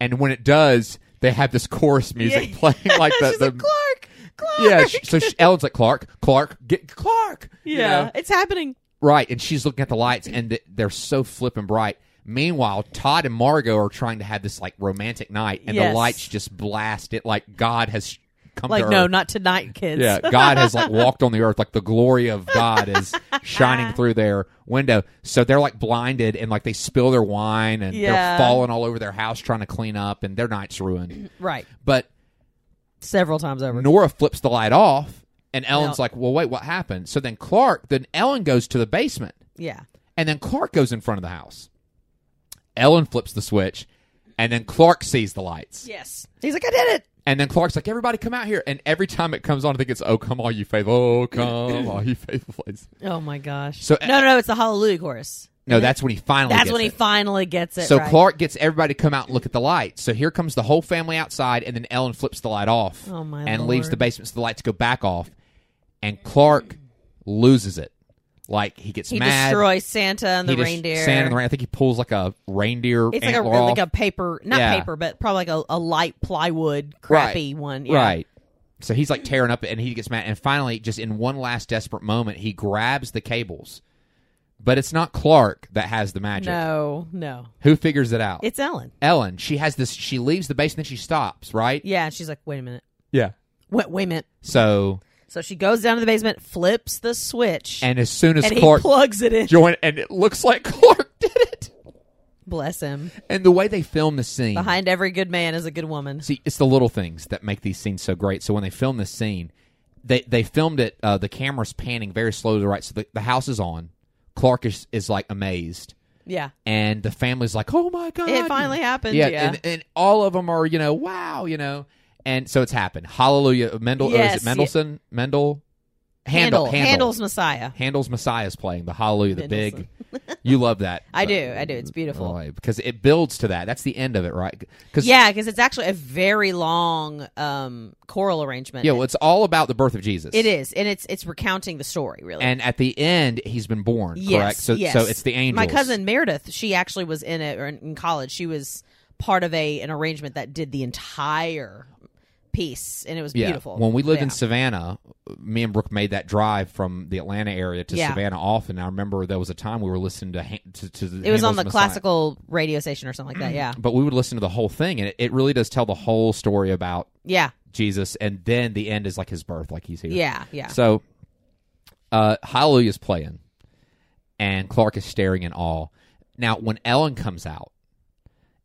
And when it does, they have this chorus music
Yeah.
playing
*laughs*
like the,
She's
the
like, Clark, Clark.
yeah. sh- So she, Ellen's like Clark, Clark, get Clark. you
*laughs* yeah.
know?
It's happening.
Right, and she's looking at the lights, and th- they're so flippin' bright. Meanwhile, Todd and Margot are trying to have this like romantic night, and
Yes.
the lights just blast it like God has come
Like,
to
no,
earth.
not tonight, *laughs* kids.
yeah, God has like walked on the earth, like the glory of God is
*laughs*
shining through their window. So they're like blinded, and like they spill their wine, and
Yeah.
they're falling all over their house trying to clean up, and their night's ruined.
Right.
But
Several times over.
Nora flips the light off, and Ellen's
No.
like, "Well, wait, what happened?" So then Clark, then Ellen goes to the basement.
Yeah.
And then Clark goes in front of the house. Ellen flips the switch, and then Clark sees the lights.
Yes. He's like, I did it.
And then Clark's like, "Everybody, come out here!" And every time it comes on, I think it's "Oh, come all *laughs*
*laughs*
you faithful, oh, come all you faithful." It's-
Oh my gosh.
So-
no, no, no. It's the Hallelujah chorus.
No, that's when he finally.
That's
gets
when he
it.
finally gets it.
So
right.
Clark gets everybody to come out and look at the lights. So here comes the whole family outside, and then Ellen flips the light off
Oh, my
and leaves
Lord.
the basement so the lights go back off. And Clark loses it. Like he gets
he
mad.
destroys Santa and the
he just-
reindeer.
Santa and the reindeer. I think he pulls like a reindeer.
it's like a
antler
like
off.
a paper, not
Yeah.
paper, but probably like a, a light plywood crappy one. Yeah.
Right. So he's like tearing up and he gets mad. And finally, just in one last desperate moment, he grabs the cables. But it's not Clark that has the magic.
No, no,
Who figures it out?
it's Ellen.
Ellen. She has this. She leaves the base and then she stops, right?
Yeah, she's like, wait a minute,
Yeah.
wait, wait a minute.
So,
So she goes down to the basement, flips the switch,
and as soon as
and he
Clark
plugs it in.
joined, and it looks like Clark *laughs* did it.
Bless him.
And the way they film the scene.
Behind every good man is a good woman.
See, it's the little things that make these scenes so great. So when they film this scene, they they filmed it. Uh, the camera's panning very slow to the right, so the, the house is on. Clark is, is like amazed,
Yeah,
and the family's like, "Oh my god!"
it finally happened.
yeah,
Yeah,
And, and all of them are you know, wow, you know, and so it's happened. Hallelujah, Mendel or
Yes,
is it Mendelson? Mendel,
Handel,
Handel,
Handel's Messiah.
Handel's Messiah's playing the Hallelujah, the big.
*laughs*
You love that.
I do, I do. It's beautiful.
Boy, because it builds to that. That's the end of it, right? Because
Yeah, because it's actually a very long um, choral arrangement.
yeah, well, it's all about the birth of Jesus.
it is, and it's it's recounting the story really.
And at the end, he's been born,
yes,
correct? So,
yes.
so it's the angels.
My cousin Meredith, she actually was in it or in, in college. She was part of a an arrangement that did the entire piece, and it was
Yeah.
beautiful.
When we lived in
Yeah.
Savannah, me and Brooke made that drive from the Atlanta area to
Yeah.
Savannah often. I remember there was a time we were listening to Han- to, to
it was on
Handel's
the
Messiah.
classical radio station or something like that. Yeah,
but we would listen to the whole thing, and it, it really does tell the whole story about
yeah,
Jesus. And then the end is like his birth, like he's here.
yeah, yeah.
So, uh, Hallelujah's playing, and Clark is staring in awe. Now, when Ellen comes out,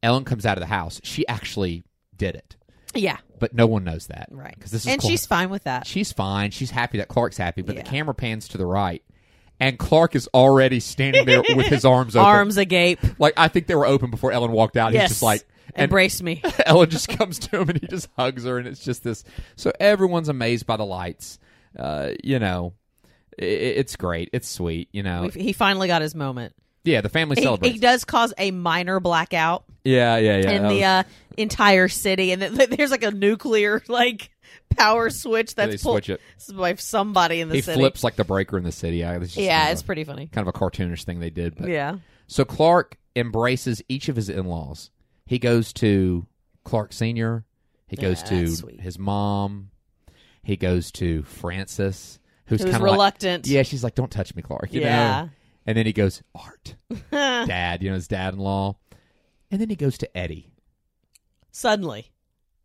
Ellen comes out of the house. She actually did it,
Yeah,
but no one knows that,
right.
Because this is
and
Clark.
she's fine with that.
she's fine. She's happy that Clark's happy, but
Yeah.
the camera pans to the right, and Clark is already standing there with
*laughs*
his arms open.
Arms agape.
Like I think they were open before Ellen walked out.
yes,
He's just like, and *laughs*
embrace me.
Ellen just comes to him and he just hugs her, and it's just this. So everyone's amazed by the lights. Uh, you know, i it's great. It's sweet. You know,
We've- he finally got his moment.
yeah. The family
He, he
celebrates.
does cause a minor blackout
yeah, yeah, yeah.
in
that
the
was-
uh, entire city, and th- there's like a nuclear like power switch
they
that's pulled
switch it.
by somebody in the
He
city.
flips like the breaker in the city. I, it's just
yeah,
kind
it's
of,
pretty funny.
a, kind of a cartoonish thing they did. But
Yeah,
so Clark embraces each of his in-laws. He goes to Clark Senior. He
Yeah,
goes to
that's sweet.
his mom. He goes to Francis, who's
who's
kind of like,
reluctant.
yeah. She's like, "Don't touch me, Clark." You know?
yeah.
And then he goes, Art. Dad, you know, his dad in law. And then he goes to Eddie.
*laughs* Suddenly,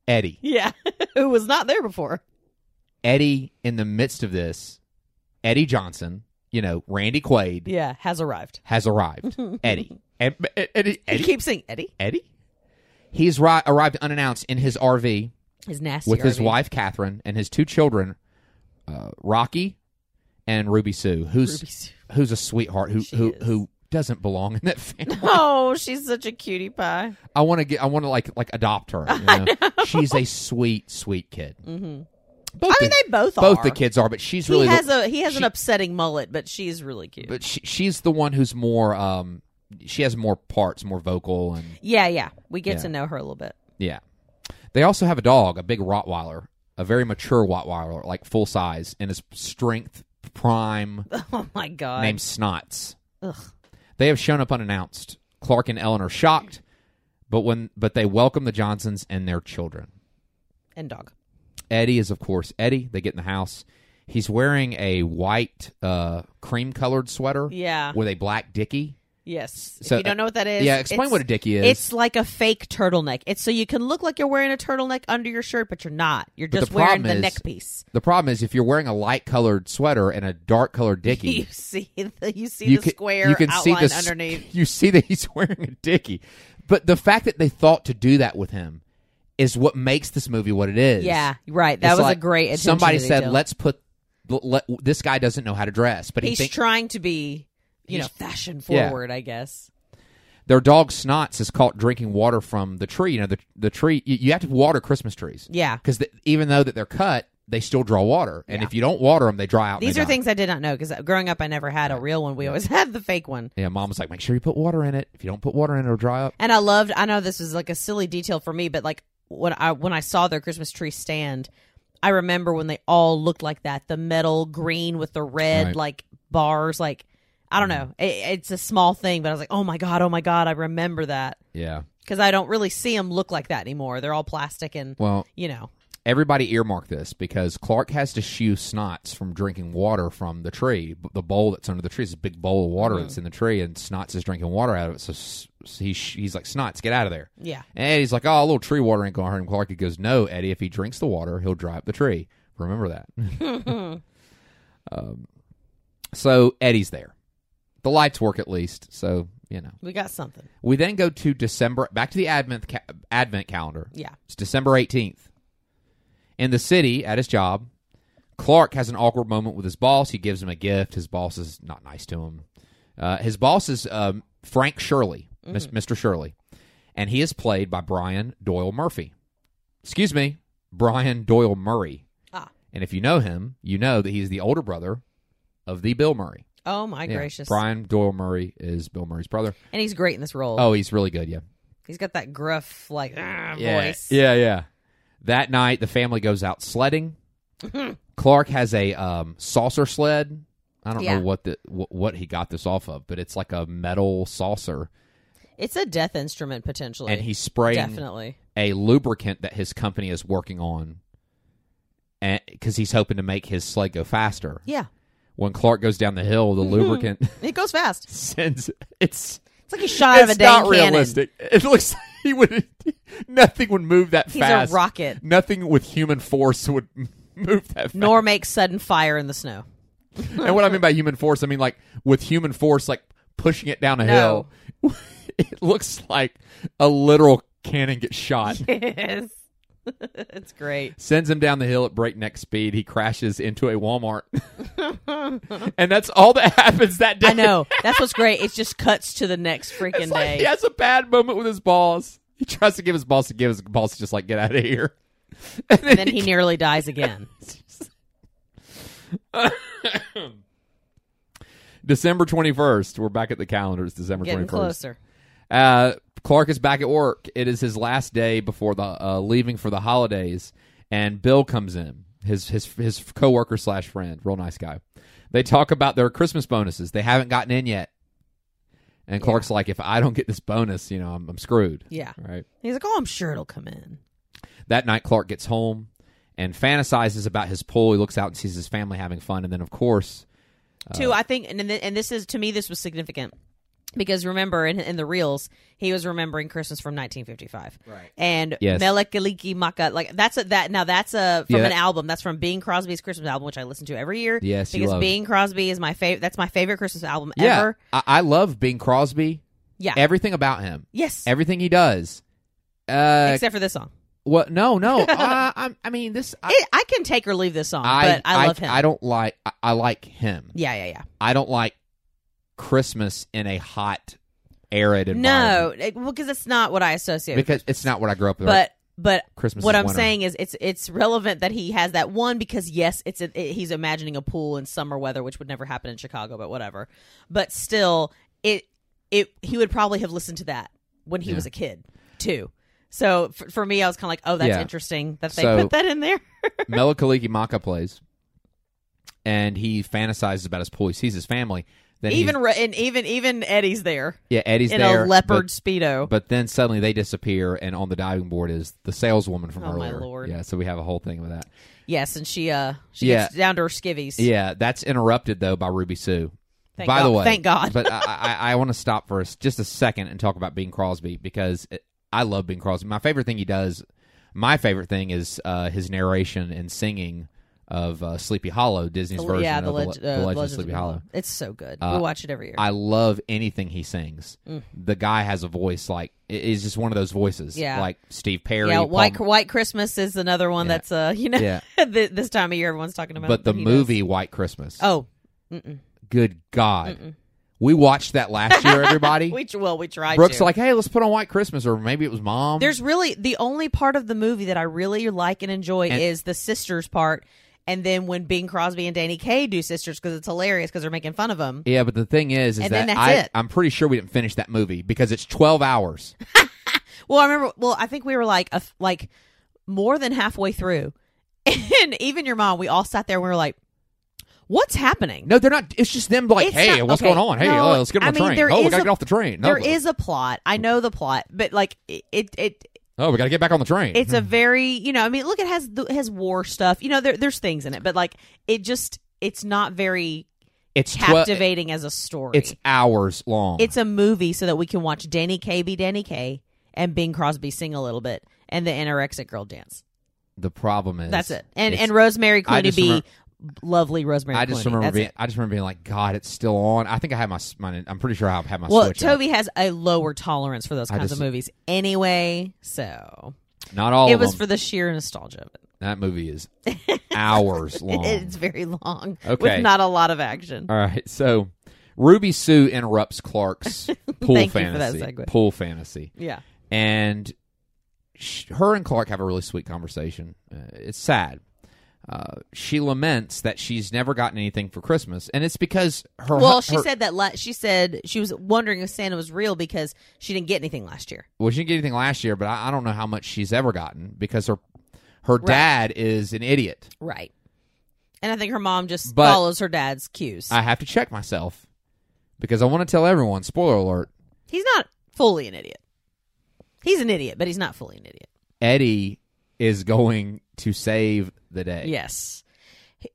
Eddie.
yeah, *laughs* who was not there before?
Eddie, in the midst of this, Eddie Johnson, you know, Randy Quaid,
Yeah, has arrived.
has
*laughs*
arrived. Eddie. And, Eddie.
He
Eddie.
keeps saying Eddie.
Eddie? He's ri- arrived unannounced in his RV
His nasty
with his
RV.
wife, Catherine, and his two children, uh, Rocky and Ruby Sue, who's
Ruby Sue.
who's a sweetheart who,
She
who,
is.
who doesn't belong in that family.
*laughs* Oh, she's such a cutie pie.
I want to get. I want to like like adopt
*laughs*
her. You know? She's a sweet, sweet kid. Mm-hmm. Both
I mean,
the,
they both
both
are.
the kids are, but she's
Mm. He
really.
has
the,
a he has an
she-
upsetting mullet, but she's really cute.
but she, she's the one who's more. Um, she has more parts, more vocal, and
yeah, yeah, we get
Yeah.
to know her a little bit.
yeah. They also have a dog, a big Rottweiler, a very mature Rottweiler, like full size, and his strength prime
*laughs* Oh my god.
named Snots.
Ugh.
They have shown up unannounced. Clark and Ellen are shocked, but when but they welcome the Johnsons and their children.
And dog.
Eddie is, of course, Eddie. They get in the house. He's wearing a white, uh, cream colored sweater
Yeah.
with a black dicky.
Yes.
So,
if you don't know what that is,
yeah, explain
it's-
what a dicky is.
It's like a fake turtleneck. It's so you can look like you're wearing a turtleneck under your shirt, but you're not. You're
But
just
the
wearing
problem
the
is-
neck piece. *laughs*
the problem is if you're wearing a light colored sweater and a dark
*laughs*
colored
You
dicky,
see the you see
you
the
can
square
you can see
outline
the s- *laughs*
underneath.
You see that he's wearing a dicky, but the fact that they thought to do that with him is what makes this movie what it is.
Yeah, right. That
It's
was
like
a great. attention
Somebody
to
said,
detail.
"Let's put." Let, this guy doesn't know how to dress, but he
He's
thinks
trying to be, you know,
He's-
fashion
yeah.
forward. I guess.
their dog Snots is caught drinking water from the tree. You know, the the tree. You, you have to water Christmas trees
Yeah.
because even though that they're cut, they still draw water, and
Yeah.
if you don't water them, they dry out. and
These
they
are
die.
things I did not know because growing up, I never had a real one. We always *laughs* had the fake one.
Yeah, mom was like, make sure you put water in it. If you don't put water in it, it'll dry up.
And I loved. I know this was like a silly detail for me, but like when I when I saw their Christmas tree stand, I remember when they all looked like that. The metal green with the red
Right. Mm.
like bars. Like I don't know. It, it's a small thing, but I was like, oh my god, oh my god, I remember that
Yeah.
because I don't really see them look like that anymore. They're all plastic and
Well,
you know.
everybody earmark this because Clark has to shoo snots from drinking water from the tree. B- The bowl that's under the tree is a big bowl of water that's in the tree, and snots is drinking water out of it. So s- s- he sh- he's like, snots, get out of there.
Yeah.
And Eddie's like, oh, a little tree water ain't going to hurt him. Clark he goes, no, Eddie, if he drinks the water, he'll dry up the tree. Remember that. um, so Eddie's there. The lights work at least, so, you know.
We got something.
We then go to December, back to the Advent, ca- Advent calendar.
Yeah.
It's December 18th. In the city, at his job, Clark has an awkward moment with his boss. He gives him a gift. His boss is not nice to him. Uh, his boss is um, Frank Shirley,
Mm-hmm.
Mis- Mr. Shirley, and he is played by Brian Doyle Murphy. Excuse me, Brian Doyle Murray.
Ah.
And if you know him, you know that he's the older brother of the Bill Murray.
Oh my
Yeah,
gracious.
Brian Doyle Murray is Bill Murray's brother.
And he's great in this role.
Oh, he's really good, yeah.
He's got that gruff like "Ah,"
yeah.
voice.
Yeah, yeah. That night, the family goes out sledding.
Mm-hmm.
Clark has a um, saucer sled. I don't
Yeah.
know what the wh- what he got this off of, but it's like a metal saucer,
It's a death instrument potentially.
and he's spraying
definitely.
a lubricant that his company is working on, because he's hoping to make his sled go faster.
Yeah. Mm-hmm.
When Clark goes down the hill, the lubricant *laughs*
It goes fast.
sends it's
It's like he shot out of a
it's
dang
not
cannon.
realistic. It looks like he would *laughs* nothing would move that
He's
fast.
a rocket,
nothing with human force would *laughs* move that fast.
nor makes sudden fire in the snow.
and what I mean by human force, I mean like with human force, like pushing it down a
No.
hill. *laughs* It looks like a literal cannon gets
*laughs*
shot.
*laughs* Yes. it's great.
Sends him down the hill at breakneck speed. He crashes into a Walmart, *laughs* and that's all that *laughs* happens that day.
I know. That's what's great. It just cuts to the next freaking
It's like
day.
he has a bad moment with his boss. He tries to give his boss a give. His boss is just like, "Get out of here." And then,
And then he nearly dies again.
December twenty first. We're back at the calendar. It's December
Getting
twenty first.
closer.
Uh, Clark is back at work. It is his last day before the uh, leaving for the holidays, and Bill comes in. His his his coworker slash friend, real nice guy. They talk about their Christmas bonuses. They haven't gotten in yet, and Clark's like, "If I don't get this bonus, you know, I'm, I'm screwed."
Yeah.
Right.
He's like, oh, I'm sure it'll come in.
That night, Clark gets home and fantasizes about his pool. He looks out and sees his family having fun, and then, of course, Oh.
Two, I think, and th- and this is to me, this was significant because remember in, in the reels, he was remembering Christmas from 1955, right? And
Yes.
Melikaliki Maka, like that's a that now that's a from
Yeah,
an
that-
album that's from Bing Crosby's Christmas album, which I listen to every year.
Yes, you
because
love it.
Bing Crosby is my favorite. That's my favorite Christmas album
yeah,
ever.
I, I love Bing Crosby.
Yeah.
Everything about him,
yes.
everything he does. Uh,
Except for this song,
Well, no,
*laughs*
no. uh, I, I mean, this. I,
it, I can take or leave this song, but I, love him.
I don't like. I, I like him.
yeah, yeah, yeah.
I don't like Christmas in a hot, arid
No,
environment.
it, well, because it's not what I associate. with
because it's not what I grew up with.
but but
Christmas
what
is
I'm
winter.
saying is it's it's relevant that he has that one because yes, it's a, it, he's imagining a pool in summer weather, which would never happen in Chicago, but whatever. But still, it it he would probably have listened to that when he
Yeah.
was a kid too. So for, for me, I was kind of like, oh, that's
Yeah.
interesting that they
So-
put that in there.
Melikaliki Maka plays, and he fantasizes about his pool. He sees his family. Then he's-
even re- and even even Eddie's there
yeah, Eddie's
in
there
a
but-
leopard speedo.
But then suddenly they disappear, and on the diving board is the saleswoman from
Oh, my
earlier.
Lord.
Yeah, so we have a whole thing with that.
yes, and she uh she
Yeah.
gets down to her skivvies.
Yeah, that's interrupted though by Ruby Sue.
Thank
by
God-
the way,
thank God.
but I,
*laughs*
I, I want to stop for a s- just a second and talk about Bing Crosby because it, I love Bing Crosby. My favorite thing he does, my favorite thing is uh, his narration and singing of uh, Sleepy Hollow, Disney's version
yeah,
of
the,
the,
leg-
le-
uh,
the Legend of
Legends
Sleepy Hollow.
It's so good.
Uh,
we watch it every year.
I love anything he sings.
Mm.
The guy has a voice like it is just one of those voices,
Yeah.
like Steve Perry.
Yeah,
Paul
White White Christmas is another one that's uh you know
Yeah.
*laughs* th- this time of year everyone's talking about.
but the
he
movie White Christmas.
does. oh
good God, We watched that last year,
*laughs*
everybody.
Which well, we tried.
Brooks
to.
like, hey, let's put on White Christmas, or maybe it was Mom.
There's really the only part of the movie that I really like and enjoy
And-
is the sisters part, and then when Bing Crosby and Danny Kaye do sisters because it's hilarious because they're making fun of them.
yeah, but the thing is, is
And
that
then that's
I,
it.
I'm pretty sure we didn't finish that movie because it's 12 hours.
Well, I remember. Well, I think we were like a, like more than halfway through, *laughs* and even your mom. We all sat there. and We were like, "What's happening?"
No, they're not. It's just them like,
It's
hey,
not-
what's
okay,
going on? Hey,
no,
uh, let's get on
I
the
mean,
train.
there
Oh, we
is
gotta
a-
get off the train. No,
There
uh,
is a plot. I know the plot, but like it, it, it
oh, we gotta get back on the train.
it's a very you know. I mean, look, it has the, it has war stuff. You know, there, there's things in it, but like it just it's not very
Mm-hmm. it's twelve.
captivating as a story.
It's hours long.
it's a movie so that we can watch Danny Kaye be Danny Kaye and Bing Crosby sing a little bit and the anorexic girl dance.
the problem is
That's it. And
it's-
and Rosemary
I
Clooney
just
be
remem-
lovely Rosemary.
I just
Clooney.
remember
That's
being.
it.
I just remember being like, God, it's still on. I think I had my. s- my I'm pretty sure I've had my.
Well,
switch up.
Toby has a lower tolerance for those
I
kinds
just-
of movies anyway, so
Not all
it
of
was
them.
for the sheer nostalgia of it. *laughs*
that movie is hours long.
It's very long
Okay.
with not a lot of action.
All right, so Ruby Sue interrupts
*laughs*
Clark's pool
Thank you for that
fantasy.
segue.
Pool fantasy,
Yeah.
and sh- her and Clark have a really sweet conversation. Uh, it's sad. Uh, she laments that she's never gotten anything for Christmas, and it's because her.
Well,
hu-
she
her-
said that la- she said she was wondering if Santa was real because she didn't get anything last year.
well, she didn't get anything last year, but I, I don't know how much she's ever gotten because her her dad is an idiot.
Right. And I think her mom just
But-
follows her dad's cues.
I have to check myself because I want to tell everyone. Spoiler alert:
he's not fully an idiot. He's an idiot, but he's not fully an idiot.
Eddie is going to save the day.
Yes.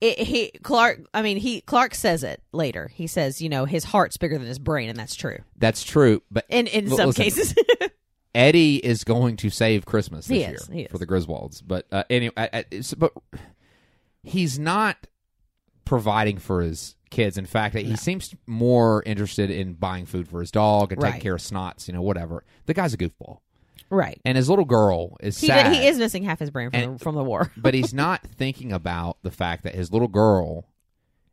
He, he Clark I mean he Clark says it later. He says, you know, his heart's bigger than his brain and that's true.
That's true, but
In in
L-
some
listen.
cases. *laughs*
Eddie is going to save Christmas this
He
year
is, he is.
for the Griswolds. But uh, anyway, I, I, it's- but he's not providing for his kids. In fact, he seems more interested in buying food for his dog and taking
Right.
care of snots. You know, whatever. The guy's a goofball,
right.
and his little girl is
He,
sad.
he is *laughs* missing half his brain from,
And-
the, from the war.
but he's not thinking about the fact that his little girl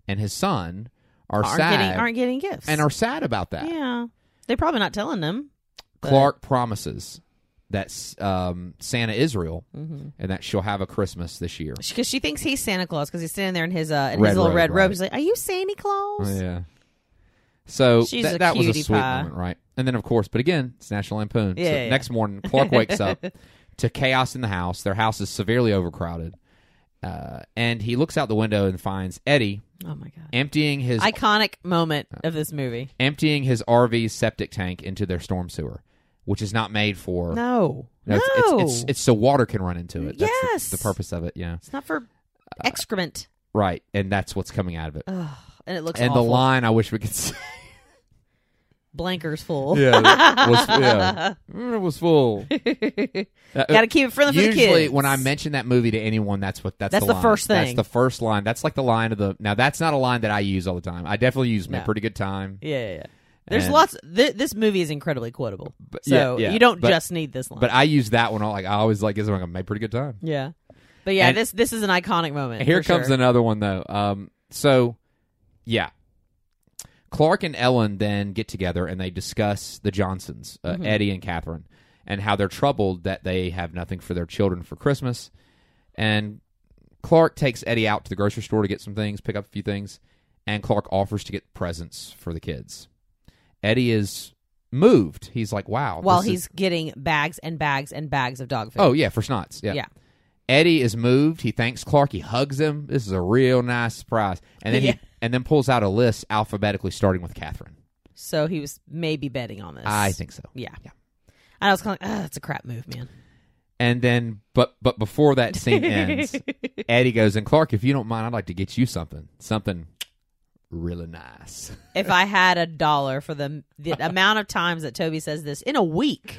and his son are
Aren't
sad
getting aren't getting gifts.
and are sad about that.
Yeah. They're probably not telling them. but-
Clark promises that um, Santa is real
Mm-hmm.
and that she'll have a Christmas this year.
because she thinks he's Santa Claus because he's standing there in his uh in
Red
his little
robe,
red
right. Oh,
robe. He's like, "Are you Santa Claus?"
yeah. So
She's
that-
a
that was a
cutie
sweet
pie.
moment, right? And then, of course, but again, it's National Lampoon. so
Yeah, yeah, yeah.
next morning, Clark wakes
*laughs*
up to chaos in the house. Their house is severely overcrowded. Uh, and he looks out the window and finds Eddie
Oh my god!
emptying his
Iconic moment of this movie.
emptying his RV's septic tank into their storm sewer, which is not made for.
No, no,
it's, it's, it's, it's so water can run into it. That's the-
Yes.
the purpose of it. Yeah.
It's not for
Uh,
excrement.
Right, and that's what's coming out of it.
Ugh, and it looks
and
Oh, awful.
the line I wish we could see.
blankers full.
yeah, that *laughs* was, yeah. Mm, it was
*laughs*
full. Uh,
Got to keep it friendly for the
Usually,
kids.
when I mention that movie to anyone, that's what that's,
That's
the,
the
line.
first
That's
thing.
the first line. That's like the line of the. Now, that's not a line that I use all the time. I definitely use "my
No.
pretty good time,"
yeah, yeah, yeah. There's
And-
lots. Th- this movie is incredibly quotable, so
yeah, yeah,
you don't
but-
just need this line.
but I use that one. all- Like I always like is like "my pretty good time."
yeah, but yeah,
And-
this this is an iconic moment.
Here
for
comes
sure.
another one though. Um, so yeah, Clark and Ellen then get together and they discuss the Johnsons,
Mm-hmm.
uh, Eddie and Catherine, and how they're troubled that they have nothing for their children for Christmas. And Clark takes Eddie out to the grocery store to get some things, pick up a few things, and Clark offers to get presents for the kids. Eddie is moved. He's like, "Wow!"
while
this is-
he's getting bags and bags and bags of dog food.
oh yeah, for snots, yeah.
yeah.
Eddie is moved. He thanks Clark. He hugs him. This is a real nice surprise. And then
Yeah.
he and then pulls out a list alphabetically starting with Catherine.
So he was maybe betting on this.
I think so.
Yeah.
Yeah.
And I was kind of like, ah, that's a crap move, man.
And then but but before that
*laughs*
scene ends, Eddie goes, and Clark, if you don't mind, I'd like to get you something. Something really nice.
if I had a dollar for the,
*laughs*
the amount of times that Toby says this in a week,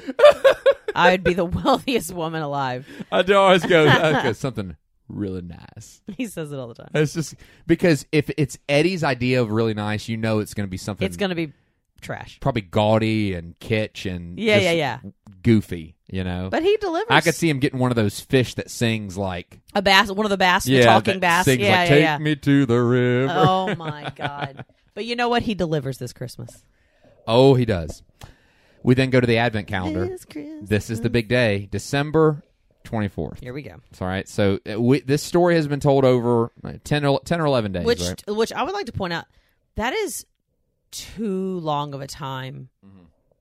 I would
*laughs*
be the wealthiest woman alive.
I do always
*laughs*
go, *laughs* okay, something really nice.
He says it all the time.
It's just because if it's Eddie's idea of really nice, you know it's gonna be something
It's going to be trash.
probably gaudy and kitsch and
Yeah,
just
yeah,
goofy, you know.
But he delivers
I could see him getting one of those fish that sings like
a bass, one of the bass, the talking
that
bass.
sings
Yeah, Oh.
like,
yeah,
"Take
yeah.
me to the river." *laughs*
Oh my god. But you know what? He delivers this Christmas.
Oh, he does. We then go to the advent calendar.
This Christmas.
This is the big day, December 24th.
Here we go.
It's all right. So uh, we, this story has been told over uh, 10 or, 10 or 11 days,
Which
right?
which I would like to point out that is too long of a time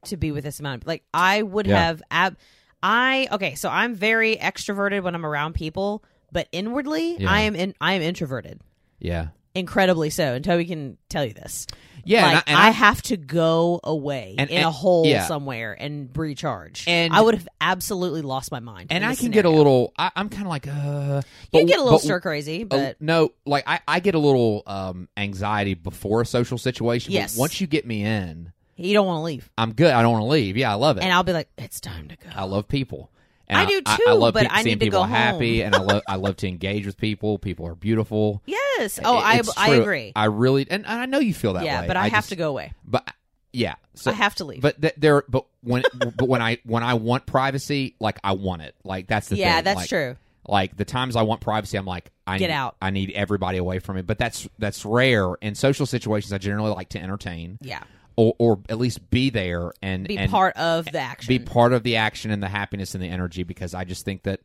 to be with this amount. Of, like I would
Mm-hmm. Yeah.
have ab- I okay, so I'm very extroverted when I'm around people, but inwardly
Yeah.
I am in I am introverted.
Yeah.
Incredibly so, and Toby can tell you this.
Yeah.
like,
and
I,
I, and I-
have to go away
And-
in
and-
a hole
yeah.
somewhere and recharge.
And-
I would have absolutely lost my mind.
and
in
I
this
can get a
scenario.
little, I, I'm kind of like, uh.
You
but-
get a little
but-
stir crazy,
a-
but
Oh, no, like I, I get a little um, anxiety before a social situation. but
Yes.
once you get me in,
you don't want to leave.
I'm good. I don't want to leave. Yeah, I love it.
And I'll be like, it's time to go.
I love people. And
I do
I,
too,
love
but
pe-
I
seeing
need to
people
go
happy, and I
*laughs*
love I love to engage with people. People are beautiful.
Yes. Oh, I,
It's
I
true.
agree.
I really and, and I know you feel that
yeah,
way.
but I, have
just-
to go away.
But yeah, so
I have to leave.
but th- there but when *laughs* but when I when I want privacy, like I want it. Like that's the
yeah,
thing.
that's
Like-
true.
Like the times I want privacy, I'm like I
Get
need,
out.
I need everybody away from me. But that's that's rare in social situations. I generally like to entertain
Yeah.
or or at least be there and
Be
and
part of the action.
be part of the action and the happiness and the energy because I just think that.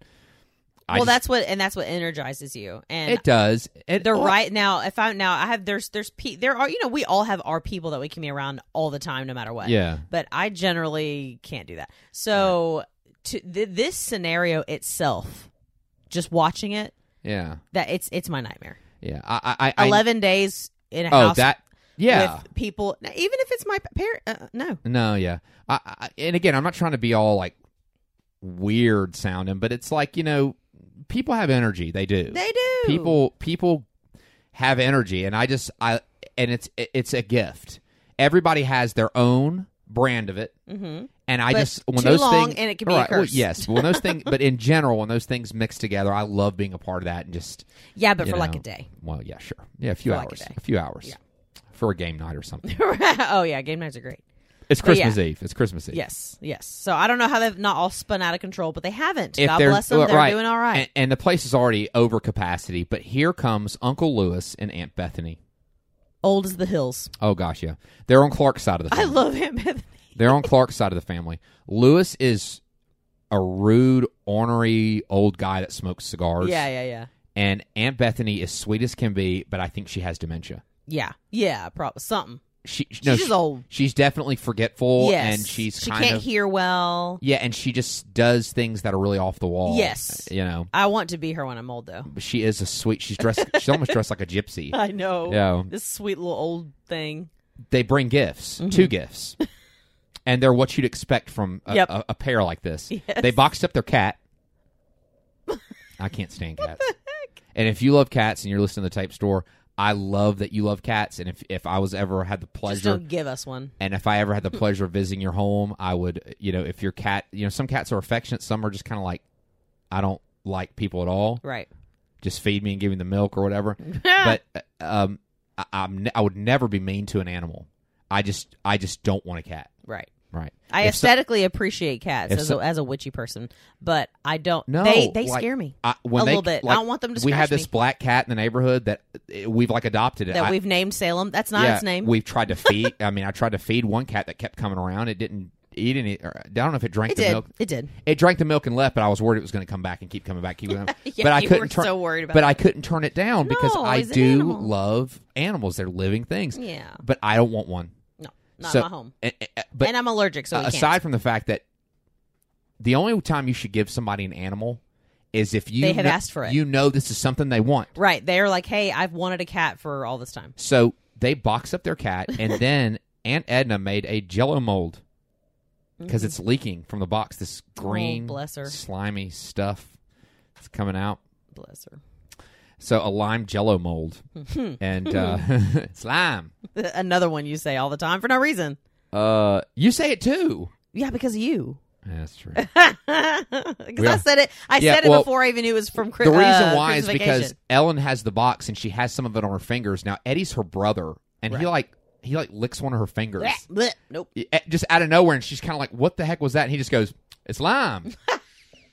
I
well,
just-
that's what and that's what energizes you. And
It does. It, oh,
they're
or-
right now. If I'm now, I have there's there's pe- there are you know we all have our people that we can be around all the time, no matter what.
Yeah.
But I generally can't do that. So to th- this scenario itself, just watching it,
Yeah.
that it's it's my nightmare.
Yeah. I. I. I
Eleven days in a
I, oh,
house
that. Yeah.
with people, now, even if it's my parent. Uh, no,
no. Yeah. I, I. And again, I'm not trying to be all like weird sounding, but it's like you know, people have energy. They do.
they do.
people. People have energy, and I just. I. And it's. It's a gift. Everybody has their own brand of it.
hmm
And I
But
just when
too
those
long
things
and it can be a
Right, well,
curse.
yes, when those things, but in general, when those things mix together, I love being a part of that and just
Yeah, but
you
for like
know.
a day. *laughs*
well, yeah, sure, yeah, a few
For like a
hours,
day.
a few hours
Yeah.
for a game night or something. *laughs*
oh yeah, game nights are great.
It's
But yeah.
Christmas Eve. It's Christmas Eve.
Yes, yes. So I don't know how they've not all spun out of control, but they haven't.
If
God
they're-
bless them,
well,
they're
right.
doing all right.
And, and the place is already over capacity, but here comes Uncle Lewis and Aunt Bethany.
Old as the hills.
Oh gosh, yeah, they're on Clark's side of the.
I
Family.
love him. *laughs* Bethany.
they're on Clark's side of the family. Lewis is a rude, ornery old guy that smokes cigars.
Yeah, yeah, yeah,
and Aunt Bethany is sweet as can be, but I think she has dementia.
yeah, yeah. Probably something.
She no,
she's just
she-
old.
she's definitely forgetful,
Yes,
and she's
she
kind
can't
of
hear well.
yeah, and she just does things that are really off the wall.
Yes.
you know,
I want to be her when I'm old, though. *laughs*
But she is a sweet. She's dressed. she's almost dressed like a gypsy.
I know.
Yeah,
This sweet little old thing.
they bring gifts,
Mm-hmm.
two
*laughs*
gifts, and they're what you'd expect from a,
Yep.
a, a pair like this.
Yes.
They boxed up their
*laughs*
cat. I can't stand cats. And if you love cats and you're listening to the tape store, I love that you love cats. And if, if I was ever had the pleasure
Just don't give us one.
And if I ever
*laughs*
had the pleasure of visiting your home, I would, you know, if your cat, you know, some cats are affectionate, some are just kind of like, I don't like people at all.
Right.
Just feed me and give me the milk or
*laughs*
whatever. but uh, um, I, I'm, ne- I would never be mean to an animal. I just, I just don't want a cat.
right.
Right.
I
If so-
aesthetically appreciate cats
if
as,
so-
a, as a witchy person, but I don't.
No,
they they
like,
scare me
I, when
a
they-
little bit.
like,
I don't want them to.
we
scratch
have this
me.
black cat in the neighborhood that uh, we've like adopted it.
that
I-
we've named Salem. That's not
yeah,
its name.
We've tried to
*laughs*
feed. I mean, I tried to feed one cat that kept coming around. It didn't eat any. Or, I don't know if it drank
it
the
did.
milk.
It did.
It drank the milk and left, but I was worried it was going to come back and keep coming back, keep coming. back.
*laughs* Yeah,
but I
you
couldn't
were
turn.
so worried about
but
it.
I couldn't turn it down because
No,
I
it's an
do
animal.
love animals. They're living things.
Yeah.
But I don't want one.
No, not
So-
my home.
A- a- a- uh, But
and I'm allergic, so we
aside
can't.
from the fact that the only time you should give somebody an animal is if you
They have
kno-
asked for it.
You know this is something they want.
Right. They're like, hey, I've wanted a cat for all this time.
So they box up their
*laughs*
cat, and then Aunt Edna made a Jello mold because it's leaking from the box. This green,
Mm-hmm. Oh, bless her.
slimy stuff that's coming out.
Bless her. *laughs*
So a lime Jello mold
Hmm. *laughs*
and uh, *laughs* slime.
Another one you say all the time for no reason.
Uh, you say it too.
Yeah, because of you. *laughs*
Yeah, that's true.
Because I
Yeah.
said it. I
Yeah,
said it
well,
before I even knew it was from Chris. uh,
The reason why is because Ellen has the box and she has some of it on her fingers. Now Eddie's her brother, and he like he like licks one of her fingers.
Blech, blech. nope.
Eh, Just out of nowhere, and she's kind of like, "What the heck was that?" And he just goes, "It's lime."
*laughs*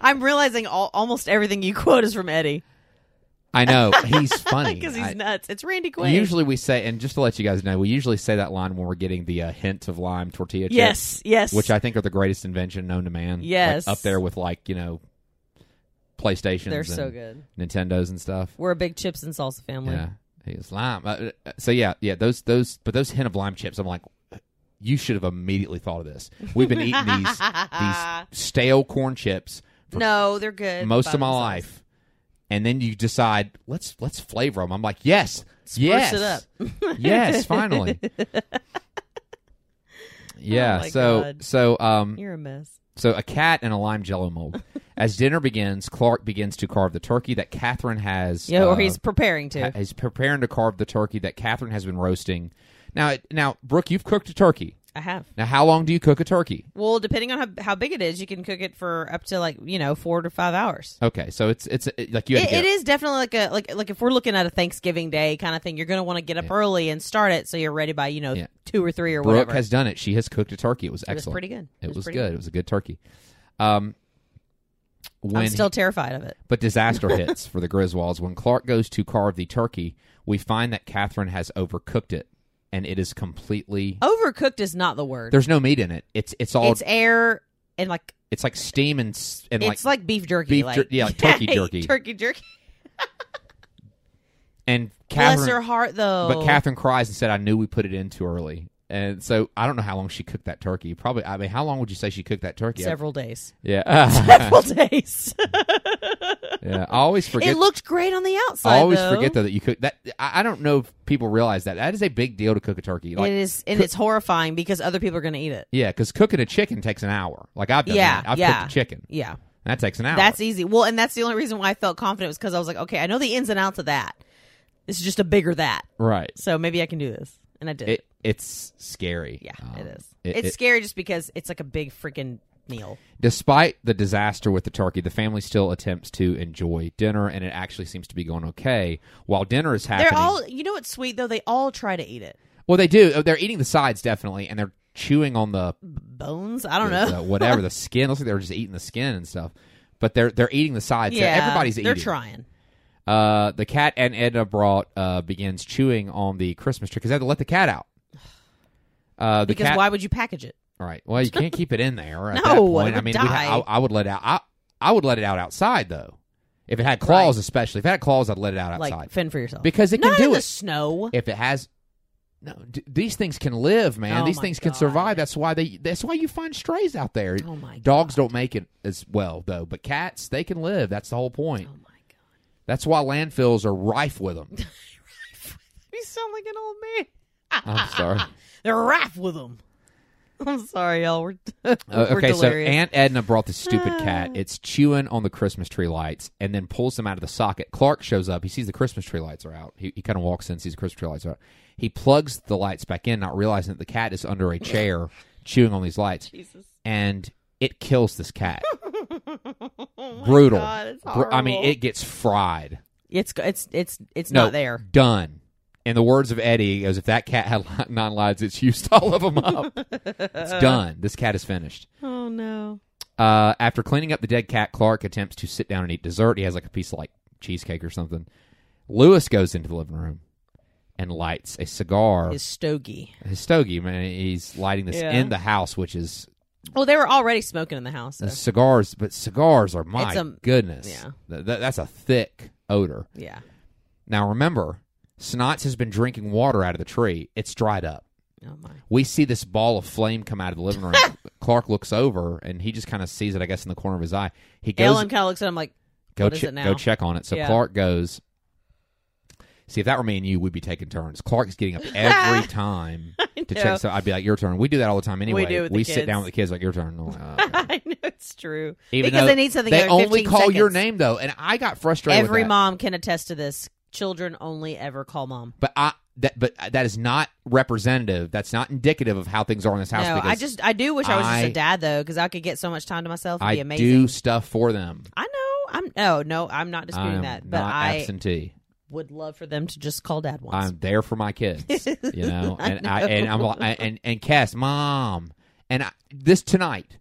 I'm realizing all, almost everything you quote is from Eddie.
I
*laughs*
know he's funny
because
I-
he's nuts. It's Randy Quaid.
Usually we say, and just to let you guys know, we usually say that line when we're getting the uh, hint of lime tortilla chips,
yes, yes,
which I think are the greatest invention known to man. Like,
Yes.
up there with like you know, PlayStations.
they're
and
so good.
Nintendos and stuff.
We're a big chips and salsa family.
Yeah, he's lime. Uh, uh, so yeah, yeah, those those, but those hint of lime chips, I'm like, you should have immediately thought of this. We've been eating
*laughs*
these these stale corn chips for
no, they're good.
most
by
of my
themselves.
life, and then you decide let's let's flavor them. I'm like, yes, yes,
Spruce it up. *laughs*
yes, finally. Yeah.
Oh my
so
God.
so um
You're a mess.
so a cat and a lime jello
*laughs*
mold. As dinner begins, Clark begins to carve the turkey that Catherine has.
Yeah,
uh,
or he's preparing to.
ha- is preparing to carve the turkey that Catherine has been roasting. Now, it- now, Brooke, you've cooked a turkey.
I have.
Now, how long do you cook a turkey?
Well, depending on how, how big it is, you can cook it for up to like you know four to five hours.
Okay, so it's it's it- like you. Had
It,
to get
it is definitely like a like like if we're looking at a Thanksgiving Day kind of thing, you're going to want to get up early and start it so you're ready by you know
Yeah.
two or three or
Brooke
whatever.
has done it. She has cooked a turkey. It was
it was
excellent.
pretty good.
It was good.
pretty
It was a good turkey. Um, when
I'm still terrified of it.
But disaster hits for the Griswolds. When Clark goes to carve the turkey, we find that Catherine has overcooked it, and it is completely.
Overcooked is not the word.
There's no meat in it. It's it's all
Oh. it's
it's,
air and like
like steam and s- and like,
it's like, beef jerky,
beef
like,
jer- yeah, like
*laughs*
turkey
Yeah,
jerky.
turkey jerky.
and
Bless her
Catherine.
heart, though.
But Catherine cries and said, "I knew we put it in too early." And so I don't know how long she cooked that turkey. Probably, I mean, how long would you say she cooked that turkey?
several days, *laughs*
Yeah,
several days.
yeah. I always forget.
it looked great on the outside.
I always
though.
forget though that you cook that. I, I don't know if people realize that that is a big deal to cook a turkey. Like,
it is, and it's horrifying because other people are going to eat it.
Yeah, because cooking a chicken takes an hour. Like I've done
Yeah,
that. I've
yeah.
cooked a chicken.
Yeah,
And that takes an hour.
that's easy. Well, and that's the only reason why I felt confident was because I was like, okay, I know the ins and outs of that. This is just a bigger that,
right.
so maybe I can do this, and I did.
It it's scary.
yeah,
Um,
it is.
it-
it's
it-
scary just because it's like a big freaking meal.
despite the disaster with the turkey, the family still attempts to enjoy dinner, and it actually seems to be going okay. While dinner is happening,
They're all, you know, what's sweet though. They all try to eat it.
well, they do. oh, They're eating the sides definitely, and they're chewing on the,
Bones. I don't know.
the whatever the skin. Looks like they're just eating the skin and stuff. But they're they're eating the sides. so
*laughs* yeah,
everybody's eating.
They're trying.
Uh, the cat and Edna brought uh, begins chewing on the Christmas tree because they had to let the cat out. Uh, the
Because
cat,
why would you package it?
All right. Well, you can't keep it in there. At
*laughs*
that
No, it
point. I
would
mean,
die.
we'd ha- I, I would let it out. I, I would let it out outside though. If it had claws, especially if it had claws, I'd let it out outside
Like fend for yourself.
because it can
Not in
do
the
it.
snow.
If it has, no, d- these things can live, man.
Oh,
these
my
things can
God.
survive. That's why they. That's why you find strays out there.
Oh my
Dogs don't make it as well though, but cats they can live. That's the whole point.
Oh my god!
That's why landfills are rife with them.
You sound like an old man. *laughs*
I'm sorry.
They're rife with them. *laughs* I'm sorry, y'all. We're, *laughs*
Uh,
we're
okay, so
delirious.
Aunt Edna brought this
*sighs*
stupid cat. It's chewing on the Christmas tree lights and then pulls them out of the socket. Clark shows up. He sees the Christmas tree lights are out. He, he kind of walks in, sees the Christmas tree lights are out. He plugs the lights back in, not realizing that the cat is under a
*laughs*
chair chewing on these lights.
Jesus.
And it kills this
*laughs*
cat. Brutal.
Oh God, it's
Bru- I mean,
horrible.
it gets fried.
It's it's it's it's
No,
not there.
Done. In the words of Eddie, he goes, if that cat had nine lives, it's used all of them
*laughs*
up. it's done. This cat is finished.
Oh no.
Uh, after cleaning up the dead cat, Clark attempts to sit down and eat dessert. He has like a piece of like cheesecake or something. Lewis goes into the living room and lights a cigar.
Is
His,
stogie.
stogie, man. He's lighting this
Yeah.
in the house, which is
Well, they were already smoking in the house. so-
cigars, but cigars are my
It's a-
goodness.
yeah.
Th- th- that's a thick odor.
Yeah.
Now remember, Snots has been drinking water out of the tree. It's dried up.
Oh my.
we see this ball of flame come out of the living
*laughs*
room. Clark looks over and he just kind of sees it, I guess, in the corner of his eye. He goes
Ellen kind of looks at him like, *laughs*
go
What is
che-
it now?
go check on it. So
Yeah.
Clark goes. See, if that were me and you, we'd be taking turns. Clark's getting up
*laughs*
every time to
know.
check. So I'd be like, "Your turn." We do that all the time anyway.
do with the
we sit
kids.
down with the kids like, "Your turn." Oh, okay.
*laughs* I know it's true.
Even
because
though
they need something.
They
every
only
15
call your
seconds.
name though, and I got frustrated. with
Every
that.
mom can attest to this. Children only ever call mom.
but I that but that is not representative. That's not indicative of how things are in this house.
No,
because
I just I do wish I was
I-
just a dad though, because I could get so much time to myself. It'd
I
be amazing.
do stuff for them.
I know. I'm no, no. I'm not disputing
I'm
that, but
not
I
absentee.
would love for them to just call dad once.
I'm there for my
*laughs*
kids, you know,
I
and I,
know.
and I'm like- and and Cass, mom, and I, this tonight,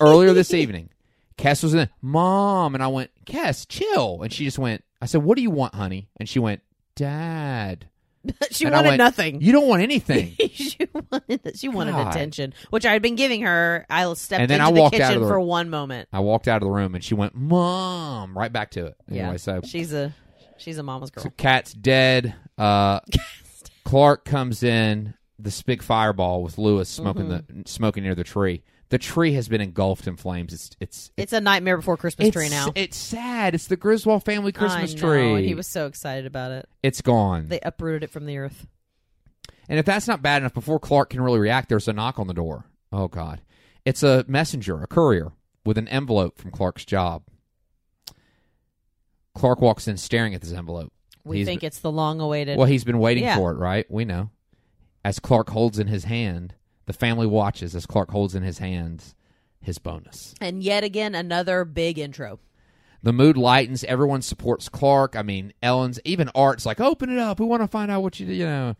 earlier this evening, Cass was in, mom, and I went, Cass, chill. And she just went, I said, What do you want, honey? And she went, Dad.
*laughs* she
And I
wanted
went,
nothing.
You don't want anything.
*laughs* she wanted she wanted
God.
attention, which I had been giving her. I stepped
And then
into
I
the
walked out
kitchen
of the
for
room.
one moment.
I walked out of the room and she went, Mom, right back to it.
Yeah.
Anyway, so
She's a she's a mama's girl.
So Cat's dead.
*laughs*
Uh, Clark comes in. This big fireball with Lewis smoking
Mm-hmm.
the smoking near the tree. The tree has been engulfed in flames. It's it's
It's a nightmare before Christmas
it's,
tree now.
It's sad. It's the Griswold family Christmas
I know,
tree.
And he was so excited about it.
it's gone.
They uprooted it from the earth.
and if that's not bad enough, before Clark can really react, there's a knock on the door. Oh God! It's a messenger, a courier with an envelope from Clark's job. Clark walks in, staring at this envelope.
We
He's-
think it's the long awaited
Well, he's been waiting
Yeah.
for it, right? We know. As Clark holds in his hand, the family watches as Clark holds in his hands his bonus.
and yet again another big intro.
The mood lightens. Everyone supports Clark. I mean, Ellen's, even Art's like, open it up. We want to find out what you do. You know,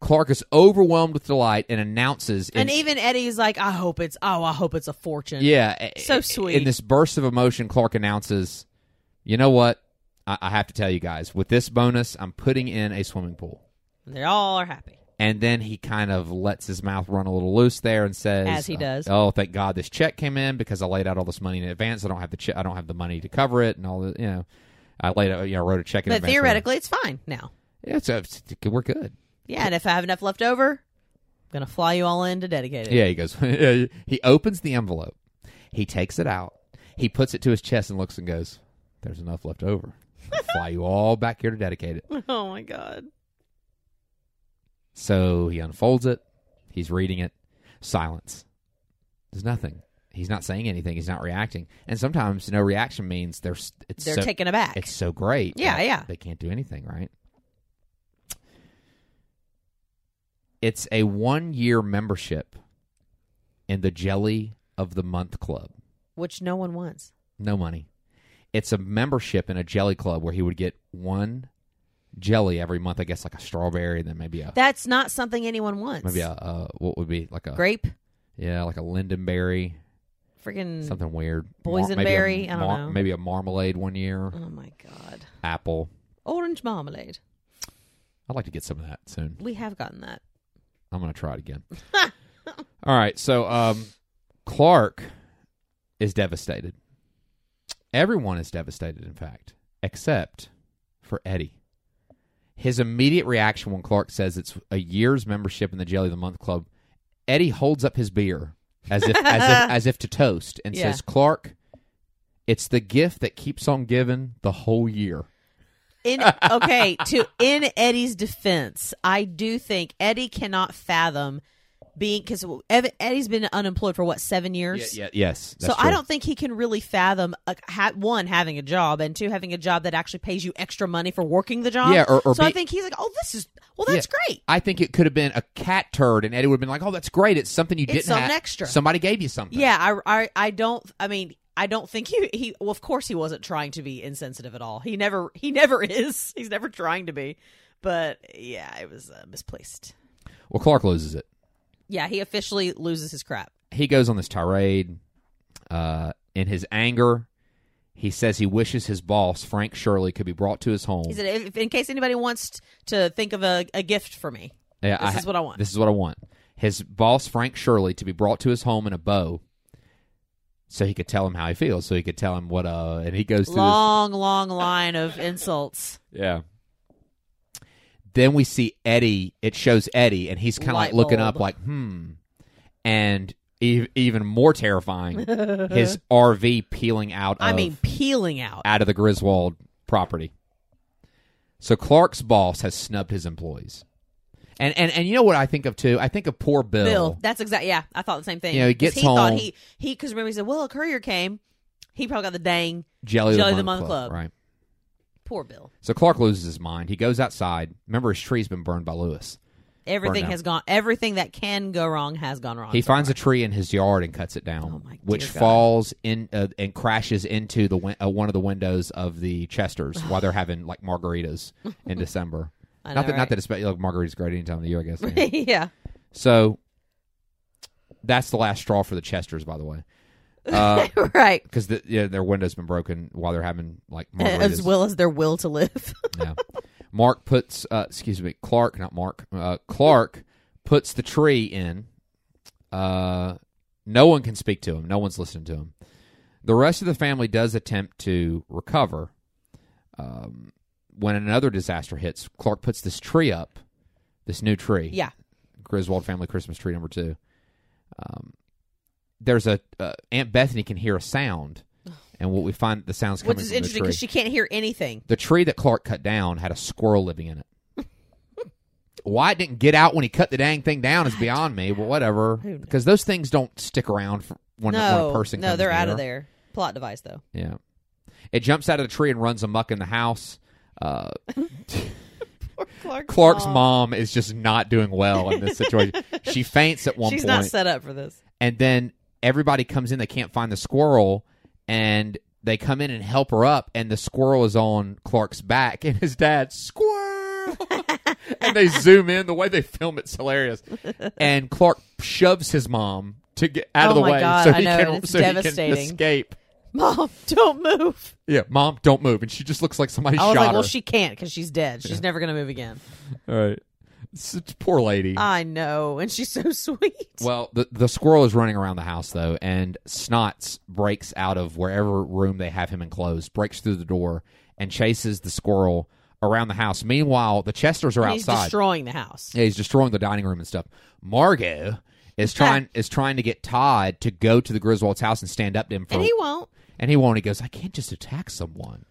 Clark is overwhelmed with delight and announces. in-
And even Eddie's like, I hope it's oh, I hope it's a fortune.
yeah,
So
i- i-
sweet.
In this burst of emotion, Clark announces, you know what? I, I have to tell you guys, with this bonus, I'm putting in a swimming pool.
And they all are happy.
And then he kind of lets his mouth run a little loose there and says,
As he does.
"Oh, thank God this check came in because I laid out all this money in advance. I don't have the che- I don't have the money to cover it and all the you know, I laid out you know wrote a check in
But
advance."
theoretically it's fine now.
yeah, so it's, we're good.
Yeah, and if I have enough left over, I'm gonna fly you all in to dedicate it.
Yeah, he goes. *laughs* he opens the envelope, he takes it out, he puts it to his chest and looks and goes, "There's enough left over.
*laughs*
I'll fly you all back here to dedicate it."
Oh my god.
So he unfolds it. He's reading it. Silence. There's nothing. He's not saying anything. He's not reacting. And sometimes no reaction means there's it's
They're
so,
taken aback.
it's so great.
Yeah,
that
yeah.
They can't do anything, right? It's a one year membership in the Jelly of the Month Club.
which no one wants.
No money. It's a membership in a jelly club where he would get one jelly every month. I guess like a strawberry and then maybe a
That's not something anyone wants.
maybe uh, a, a what would be like a
grape,
Yeah, like a lindenberry,
freaking.
something weird.
Mm. Boysenberry,
maybe
I
a
don't know.
Maybe a marmalade one year.
Oh my god,
Apple.
orange marmalade.
I'd like to get some of that soon.
We have gotten that.
I'm gonna try it again. *laughs* All right, so um, Clark is devastated. Everyone is devastated, in fact, except for Eddie. His immediate reaction when Clark says it's a year's membership in the Jelly of the Month Club, Eddie holds up his beer as if as
*laughs*
if as if to toast and
Yeah.
says, "Clark, it's the gift that keeps on giving the whole year."
In
*laughs*
okay, to in Eddie's defense, I do think Eddie cannot fathom being because Eddie's been unemployed for what seven years.
yes.
So I don't think he can really fathom uh, ha- one having a job and two having a job that actually pays you extra money for working the job.
Yeah, or- or
so I
be-
think he's like, oh, this is well, that's
Yeah.
great.
I think it could have been a cat turd, and Eddie would have been like, "Oh, that's great! It's something you didn't
something
have.
extra."
Somebody gave you something."
Yeah, I, I, I don't. I mean, I don't think he, he. Well, of course, he wasn't trying to be insensitive at all. He never, *laughs* he never is. He's never trying to be. But yeah, it was uh, misplaced.
Well, Clark loses it.
Yeah, he officially loses his crap.
He goes on this tirade. Uh, in his anger, he says he wishes his boss Frank Shirley could be brought to his home.
He said, if, in case anybody wants to think of a, a gift for me,
Yeah,
This is what I want.
This is what I want. His boss Frank Shirley to be brought to his home in a bow, so he could tell him how he feels. So he could tell him what. Uh, and he goes through. this-
long, long line of insults.
Yeah. Then we see Eddie. It shows Eddie, and he's kind of
Light
like looking up,
bulb.
like hmm. And e- even more terrifying,
*laughs*
his RV peeling out.
I
of,
mean, peeling out.
out of the Griswold property. So Clark's boss has snubbed his employees, and and and you know what I think of too? I think of poor Bill.
Bill. That's exact. Yeah, I thought the same thing.
You know, he
'Cause
gets
he Thought
home.
he he because remember he said, well, a courier came. He probably got the dang
Jelly,
Jelly
of the Month, Club, right?
poor Bill.
So Clark loses his mind. He goes outside. Remember, his tree's been burned by Lewis.
Everything
down.
has gone. Everything that can go wrong has gone wrong.
He finds a tree in his yard and cuts it down,
Oh, my dear
which
God.
falls in uh, and crashes into the win- uh, one of the windows of the
*sighs*
Chesters while they're having like margaritas
*laughs*
in December.
I know,
not that,
right?
not that it's like margaritas great any time of the year, I guess. yeah.
*laughs* yeah,
so that's the last straw for the Chesters, by the way.
*laughs*
because
right.
the, yeah, their window's been broken while they're having like margaritas.
As well as their will
*laughs*
to live.
yeah. Mark puts, uh, excuse me, Clark, not Mark. Uh, Clark puts the tree in. Uh, no one can speak to him. No one's listening to him. The rest of the family does attempt to recover. Um, when another disaster hits, Clark puts this tree up, this new tree.
yeah.
Griswold family Christmas tree number two. Um, there's a uh, Aunt Bethany can hear a sound, and what we find the sounds coming
Which is
from
interesting
the tree.
because she can't hear anything.
The tree that Clark cut down had a squirrel living in it. *laughs* Why it didn't get out when he cut the dang thing down is beyond me, but whatever.
Who knows?
Because those things don't stick around for when,
no.
when a person
no,
comes
they're out
near.
of there. Plot device though.
Yeah. It jumps out of the tree and runs amuck in the house. Uh,
Clark's,
Clark's mom is just not doing well in this situation.
*laughs*
she faints at one
She's
point.
not set up for this. *laughs*
and then everybody comes in they can't find the squirrel and they come in and help her up and the squirrel is on clark's back *laughs* and his dad squirrel *laughs* and they zoom in the way they film it's hilarious and clark shoves his mom to get out of
Oh
the
my
way
God,
so
I
he
know,
can
and it's
so he can
devastating.
escape
Mom, don't move.
yeah mom don't move and she just looks like somebody
I was
shot
like,
her
well, she can't because she's dead. She's never gonna move again.
all right It's- it's poor lady
I know, and she's so *laughs* sweet.
Well, the the squirrel is running around the house though, and Snots breaks out of wherever room they have him enclosed, breaks through the door, and chases the squirrel around the house. Meanwhile, the Chesters are
And He's
outside.
destroying the house.
yeah, he's destroying the dining room and stuff. Margot is trying is trying to get Todd to go to the Griswold's house and stand up to him for
And he won't.
and he won't. He goes, I can't just attack someone.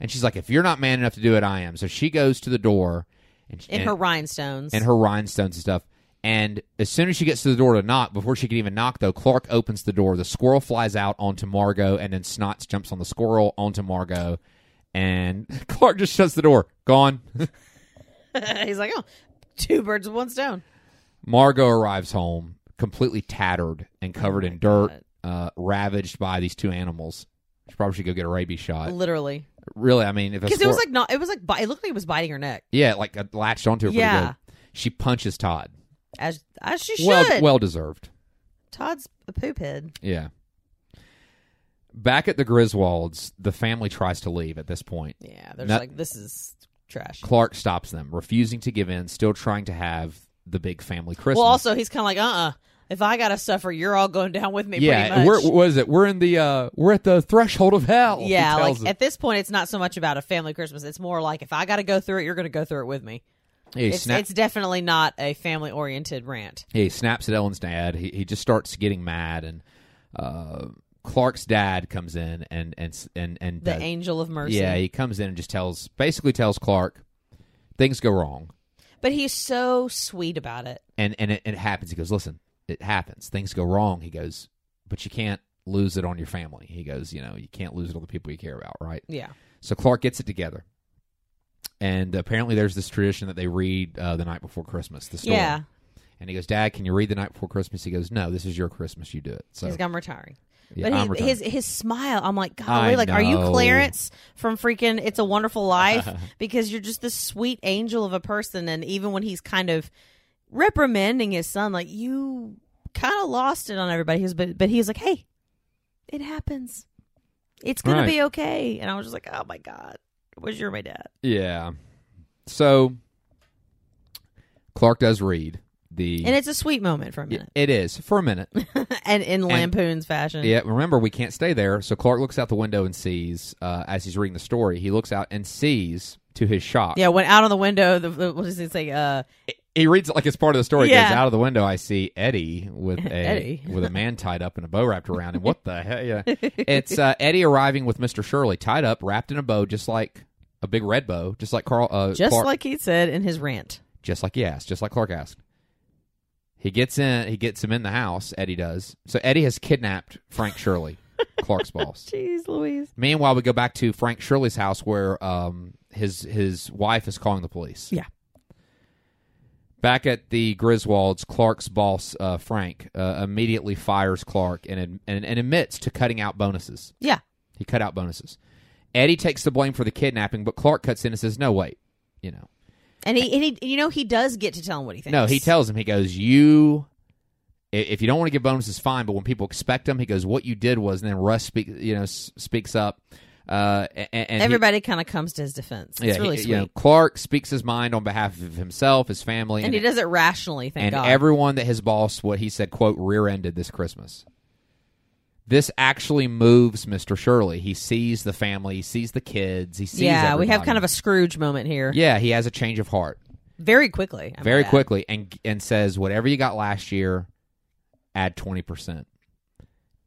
And she's like, If you're not man enough to do it, I am. So she goes to the door and,
In
and
her rhinestones.
and her rhinestones and stuff. And as soon as she gets to the door to knock, before she can even knock, though, Clark opens the door. The squirrel flies out onto Margot, and then Snots jumps on the squirrel onto Margot. And *laughs* Clark just shuts the door. Gone.
*laughs*
*laughs*
He's like, oh, two birds with one stone.
Margot arrives home, completely tattered and covered in dirt, uh, ravaged by these two animals. She probably should go get a rabies shot.
Literally,
Really, I mean, if Uh, a
because it was
squirrel-
like not. It was like bi- it looked like it was biting her neck.
yeah, like uh, latched onto her pretty
Yeah.
good. She punches Todd.
As as she should.
Well, well deserved.
Todd's a poop head.
Yeah. Back at the Griswolds, the family tries to leave at this point.
Yeah, there's
No-
like this is trash.
Clark stops them, refusing to give in, still trying to have the big family Christmas.
Well, also he's kind of like, uh, uh if I gotta suffer, you're all going down with me.
yeah,
pretty
we're
much.
what is it? We're in the uh we're at the threshold of hell. he
yeah,
tells
like
them.
at this point, it's not so much about a family Christmas. It's more like if I gotta go through it, you're gonna go through it with me.
Yeah, he,
It's,
snap-
it's definitely not a family oriented rant.
he snaps at Ellen's dad. He he just starts getting mad, and uh, Clark's dad comes in and and s- and and
The
does-
angel of mercy.
yeah, he comes in and just tells basically tells Clark things go wrong.
but he's so sweet about it.
and and it, and it happens. He goes, listen, it happens. Things go wrong. He goes, but you can't lose it on your family. He goes, you know, you can't lose it on the people you care about, right?
Yeah,
So Clark gets it together, and apparently there's this tradition that they read uh, the night before Christmas. The story.
yeah.
And he goes, Dad, can you read the night before Christmas? He goes, No, this is your Christmas. You do it. So
He's I'm retiring.
yeah,
but
I'm
his,
retired.
his his smile, I'm like,
I
golly, like, are you
know.
Clarence from freaking It's a
*laughs*
Wonderful Life? because you're just this sweet angel of a person, and even when he's kind of reprimanding his son, like you kind of lost it on everybody. He was, but but he was like, hey, it happens. It's gonna
Right.
be okay. And I was just like, oh my god, wish you were my dad.
yeah. So Clark does read the.
And it's a sweet moment for a minute, *laughs*
it is for a minute.
and in lampoon's fashion.
Yeah, remember we can't stay there. So Clark looks out the window and sees, uh, as he's reading the story, he looks out and sees, to his shock,
Yeah, went out on the window. The, the what does it say?
*laughs*
Uh,
he reads it like it's part of the story. He
Yeah.
Goes out of the window, I see Eddie
*laughs*
with a
Eddie.
with a man tied up and a bow wrapped around him. What the hell?
*laughs*
Yeah, it's uh, Eddie arriving with Mister Shirley, tied up, wrapped in a bow, just like a big red bow, just like Carl, uh,
just
Clark,
like he said in his rant.
just like he asked, just like Clark asked. He gets in. He gets him in the house. Eddie does. So Eddie has kidnapped Frank Shirley, Clark's boss.
Jeez, Louise.
Meanwhile, we go back to Frank Shirley's house where um, his his wife is calling the police.
Yeah.
Back at the Griswolds, Clark's boss uh, Frank uh, immediately fires Clark and, ad- and and admits to cutting out bonuses.
Yeah.
He cut out bonuses. Eddie takes the blame for the kidnapping, but Clark cuts in and says, "No, wait, you know,
And he, and he, you know, he does get to tell him what he thinks.
no." He tells him, he goes, "You i- if you don't want to give bonuses, fine. But when people expect them, he goes, "What you did was," and then Russ speak, you know, s- speaks up. Uh, a- a- and he-
Everybody kind of comes to his defense. It's
he-
really
you
sweet.
know, Clark speaks his mind on behalf of himself, his family,
and he does it rationally, thank
and
God.
everyone that his boss what he said quote rear-ended this christmas this actually moves mr shirley he sees the family he sees the kids he sees
yeah, we have
everybody.
kind of a Scrooge moment here.
yeah he has a change of heart
Very quickly. I
very
might add.
quickly and and says whatever you got last year add 20%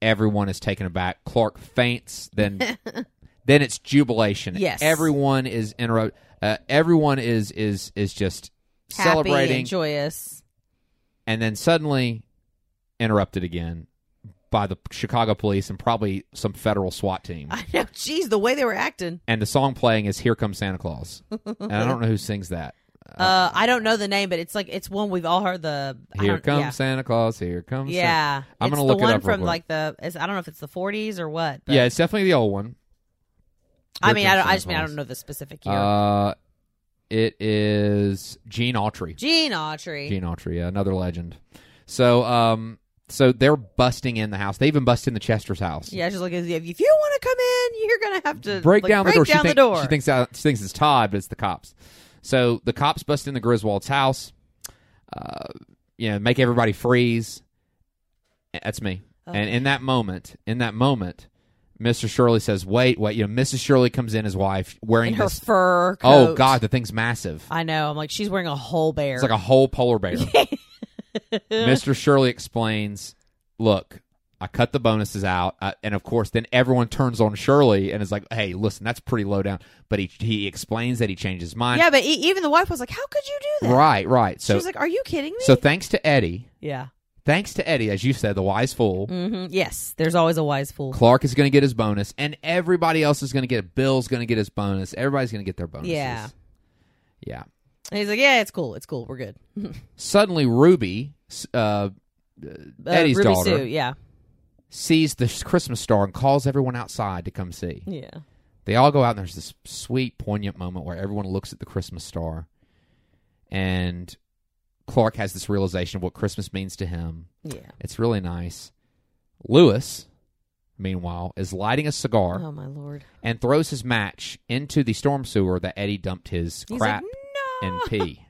everyone is taken aback clark faints then
*laughs*
then it's jubilation
Yes.
everyone is interrupt uh, everyone is is is just
Happy
celebrating
and joyous.
and then suddenly interrupted again by the Chicago police and probably some federal SWAT team.
I know. Jeez, the way they were acting.
And the song playing is "Here Comes Santa Claus," and I
*laughs*
don't know who sings that.
Uh, I don't know the name, but it's like it's one we've all heard. The I
Here
don't-
comes
yeah.
Santa Claus. Here comes. San-
Yeah,
I'm
it's
gonna
the
look it
one
up real
from
quick.
like the. It's, I don't know if it's the 40s or what. But
yeah, it's definitely the old one.
I
Here
mean,
Comes
I, don't, I
Santa
just mean I
Claus.
don't know the specific year.
Uh, it is Gene Autry.
Gene Autry.
Gene Autry, yeah, another legend. So, um, so they're busting in the house. They even bust in the Chester's house.
Yeah, she's like, if if you want to come in, you're gonna have to
break
like,
down the
break
door. she,
Down the
think-
door.
she thinks out, she thinks it's Todd, but it's the cops. So the cops bust into Griswold's house. Uh, you know, make everybody freeze. That's me.
Oh.
And in that moment, in that moment, Mr. Shirley says, "Wait, wait." You know, Mrs. Shirley comes in, his wife, wearing
in her
this.
fur.
oh
coat.
God, the thing's massive.
I know. I'm like, she's wearing a whole bear.
It's like a whole polar
*laughs*
bear. Mr. Shirley explains, "Look." I cut the bonuses out, uh, and of course, then everyone turns on Shirley and is like, "Hey, listen, that's pretty low down." But he he explains that he changed his mind.
yeah, but e- even the wife was like, "How could you do that?"
Right, right.
She
So,
was like, "Are you kidding me?"
so thanks to Eddie,
yeah.
thanks to Eddie, as you said, the wise fool,
hmm Yes, there's always a wise fool.
Clark is going to get his bonus, and everybody else is going to get it. Bill's going to get his bonus. Everybody's going to get their bonuses.
Yeah.
yeah.
And he's like, "Yeah, it's cool. It's cool. We're good." Uh,
Suddenly, Ruby, s- uh, Eddie's
Ruby
daughter,
Sue, yeah,
sees the s- Christmas star and calls everyone outside to come see.
yeah.
They all go out, and there's this sweet, poignant moment where everyone looks at the Christmas star, and Clark has this realization of what Christmas means to him.
Yeah.
It's really nice. Lewis, meanwhile, is lighting a cigar
Oh my lord.
and throws his match into the storm sewer that Eddie dumped his
He's
crap
like,
and pee.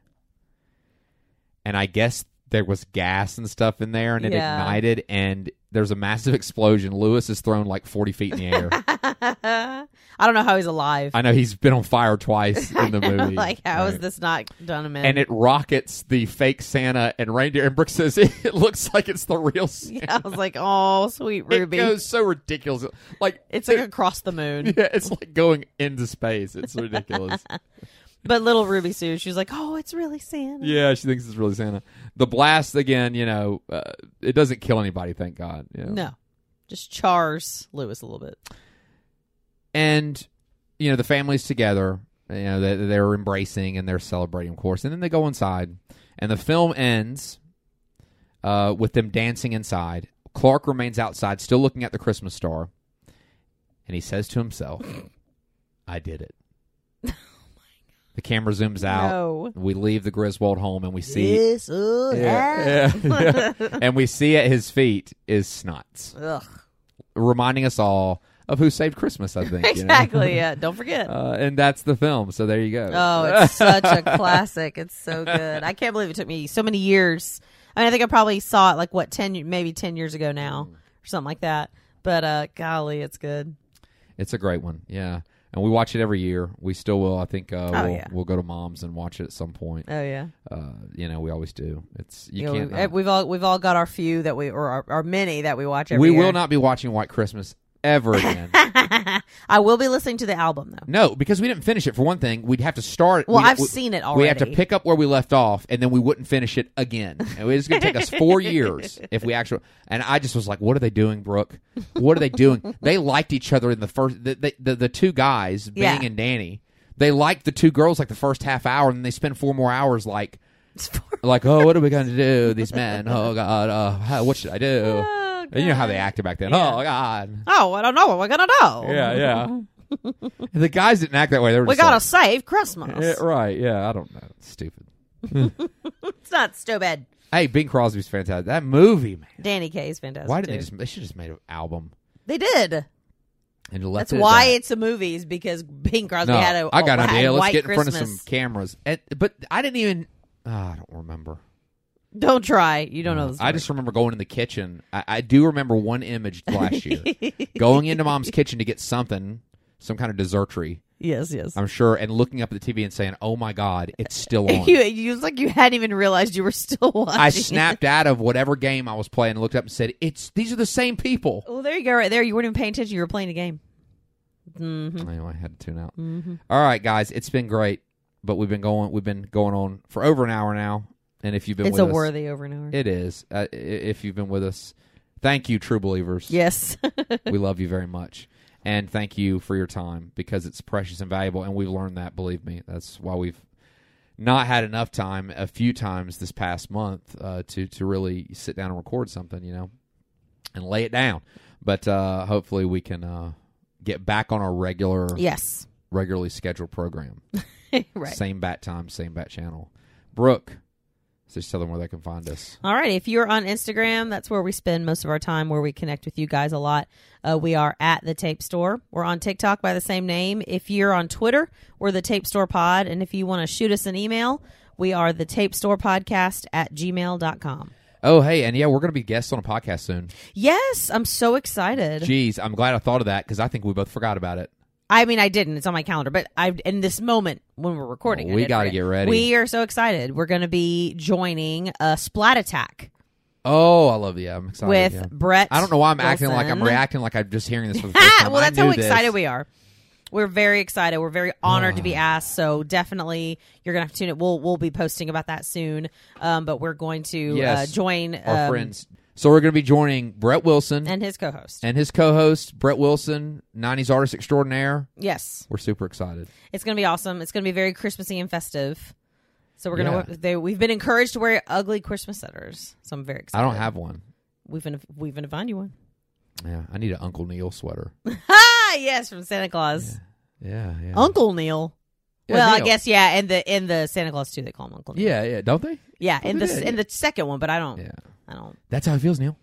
And I guess there was gas and stuff in there, and it
Yeah.
ignited, and there's a massive explosion. Lewis is thrown like 40 feet in the air.
*laughs* I don't know how he's alive.
I know he's been on fire twice in
*laughs*
the movie.
like, how is
Right.
this not done a minute?
And it rockets the fake Santa and reindeer. And Brooke says *laughs* it looks like it's the real. Santa.
*laughs* yeah, I was like, "Oh, sweet Ruby."
It goes so ridiculous. Like
*laughs*
*laughs*
it's like across the moon.
Yeah, it's like going into space. It's
*laughs*
ridiculous.
But little Ruby Sue, she's like, "Oh, it's really Santa."
yeah, she thinks it's really Santa. The blast again, you know, uh, it doesn't kill anybody, thank God. you know.
No, just chars Lewis a little bit.
And you know, the family's together. You know, they, they're embracing and they're celebrating, of course. And then they go inside, and the film ends uh, with them dancing inside. Clark remains outside, still looking at the Christmas star, and he says to himself, "I did it."
*laughs*
The camera zooms out.
No.
We leave the Griswold home and we see
Yes, uh,
Yeah, yeah, *laughs* yeah. and we see at his feet is snots,
ah. Ugh.
reminding us all of who saved Christmas. I think you know?
Exactly. Yeah. Don't forget.
Uh, and that's the film. So there you go.
oh,
*laughs*
it's such a classic. It's so good. I can't believe it took me so many years. I mean, I think I probably saw it like what ten, y- maybe ten years ago now, or something like that. But uh, golly, it's good.
it's a great one. Yeah, and we watch it every year. We still will. I think uh, we'll,
Oh, yeah.
we'll go to mom's and watch it at some point.
Oh yeah.
Uh, you know, we always do. It's you,
You know,
can't. uh, not.
we've, eh, we've all we've all got our few that we or our, our many that we watch every
we
year.
will not be watching White Christmas
*laughs*
ever again.
I will be listening to the album though.
No, because we didn't finish it for one thing. We'd have to start.
Well,
we'd-
I've
we-
seen it
We have to
already.
pick up where we left off, and then we wouldn't finish it again. And it's going to take us four
*laughs*
years if we actually. And I just was like, "What are they doing, Brooke? What are they doing? they liked each other in the first. The the, the, the two guys, Bing
Yeah.
and Danny, they liked the two girls like the first half hour, and then they spent four more hours like, like, oh, what are we going to do? These men. Oh God. Uh, how- what should I do?
Oh,
And you know how they acted back then.
Yeah.
Oh God.
Oh, I don't know what we're gonna do.
yeah. *laughs* the guys didn't act that way. They were
We
just like,
gotta save Christmas.
yeah, right. Yeah, I don't know. Stupid.
It's not so bad.
Hey, Bing Crosby's fantastic. That movie, man.
Danny Kaye is fantastic.
Why didn't
too.
they just? They should just made an album
They did.
and just left
That's
it at
why
that.
it's a movie is because Bing Crosby
no,
had a
I got
a
an idea. Let's
white
get in
Christmas.
front of some cameras. And, but I didn't even. ah, I don't remember.
*laughs* Don't try. You don't know. This
I just remember going in the kitchen. I, I do remember one image last
*laughs*
year, going into mom's kitchen to get something, some kind of desertry,
yes, yes.
I'm sure, and looking up at the TV and saying, "Oh my God, it's still on."
*laughs* You, you it was like you hadn't even realized you were still *laughs* watching.
I
it.
snapped out of whatever game I was playing and looked up and said, "It's these are the same people."
Well, there you go. Right there, you weren't even paying attention. You were playing a game. Mm-hmm.
Anyway, I had to tune out. All right, guys, it's been great, but we've been going we've been going on for over an hour now, and if you've been
It's
with
a
us,
worthy over and over.
it is. Uh, i- if you've been with us, thank you, true believers.
yes. *laughs*
we love you very much. And thank you for your time because it's precious and valuable. And we've learned that, believe me. That's why we've not had enough time a few times this past month uh, to, to really sit down and record something, you know, and lay it down. But uh, hopefully we can uh, get back on our regular,
yes. *laughs*
regularly scheduled program.
right.
Same bat time, same bat channel. Brooke, so just tell them where they can find us.
All right. If you're on Instagram, that's where we spend most of our time, where we connect with you guys a lot. Uh, we are at the Tape Store. We're on TikTok by the same name. If you're on Twitter, we're the Tape Store Pod. And if you want to shoot us an email, we are the Tape Store Podcast at gmail.com.
Oh, hey, and yeah, we're going to be guests on a podcast soon.
Yes. I'm so excited.
Jeez, I'm glad I thought of that because I think we both forgot about it.
I mean, I didn't. It's on my calendar, but I in this moment when we're recording,
Oh,
I
we
did
gotta
forget.
get ready.
We are so excited. We're going to be joining a Splat Attack
Oh, I love you. I'm excited.
with
yeah.
Brett.
I don't know why I'm acting like I'm
Wilson.
reacting like I'm just hearing this for the
*laughs*
first
Ah,
time.
well, that's
I
how
knew
excited
this.
we are. We're very excited. We're very honored to be asked. So definitely, you're gonna have to tune it. We'll we'll be posting about that soon. Um, but we're going to
Yes,
uh, join
Our
um,
friends. So we're going to be joining Brett Wilson and,
and his co-host.
his co-host Brett Wilson, '90s artist extraordinaire.
yes,
We're super excited.
it's gonna be awesome. It's gonna be very Christmassy and festive. So we're gonna
Yeah.
they, we've been encouraged to wear ugly Christmas sweaters. So I'm very
I
excited.
don't have one.
We've been we've been to
*laughs*
find you one. *laughs*
Yeah, I need an Uncle Neil sweater.
Ah, yes, from Santa Claus,
Yeah, yeah.
Uncle Neil.
Yeah,
well,
Neil.
I guess yeah, and the in the Santa Claus too, they call him Uncle Neil.
Yeah, yeah. Don't they?
yeah, in
they
the
did,
in
yeah.
the second one, but I don't,
Yeah.
I don't.
That's how it feels,
*laughs*
Neil.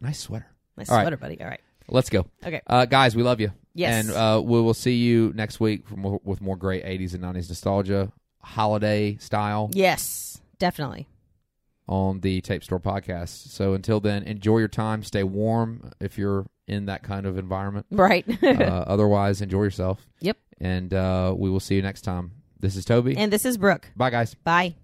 nice sweater.
My
All right.
sweater, buddy. All right.
Let's go.
Okay.
Uh, guys, we love you.
Yes.
And uh, we will see you next week for more, with more great 80s and 90s nostalgia, holiday style
Yes, definitely. *laughs*
on the Tape Store podcast. So until then, enjoy your time. Stay warm if you're in that kind of
*laughs*
environment.
Right.
uh, otherwise, enjoy yourself.
Yep.
And uh, we will see you next time. This is Toby.
and this is Brooke.
Bye, guys.
Bye.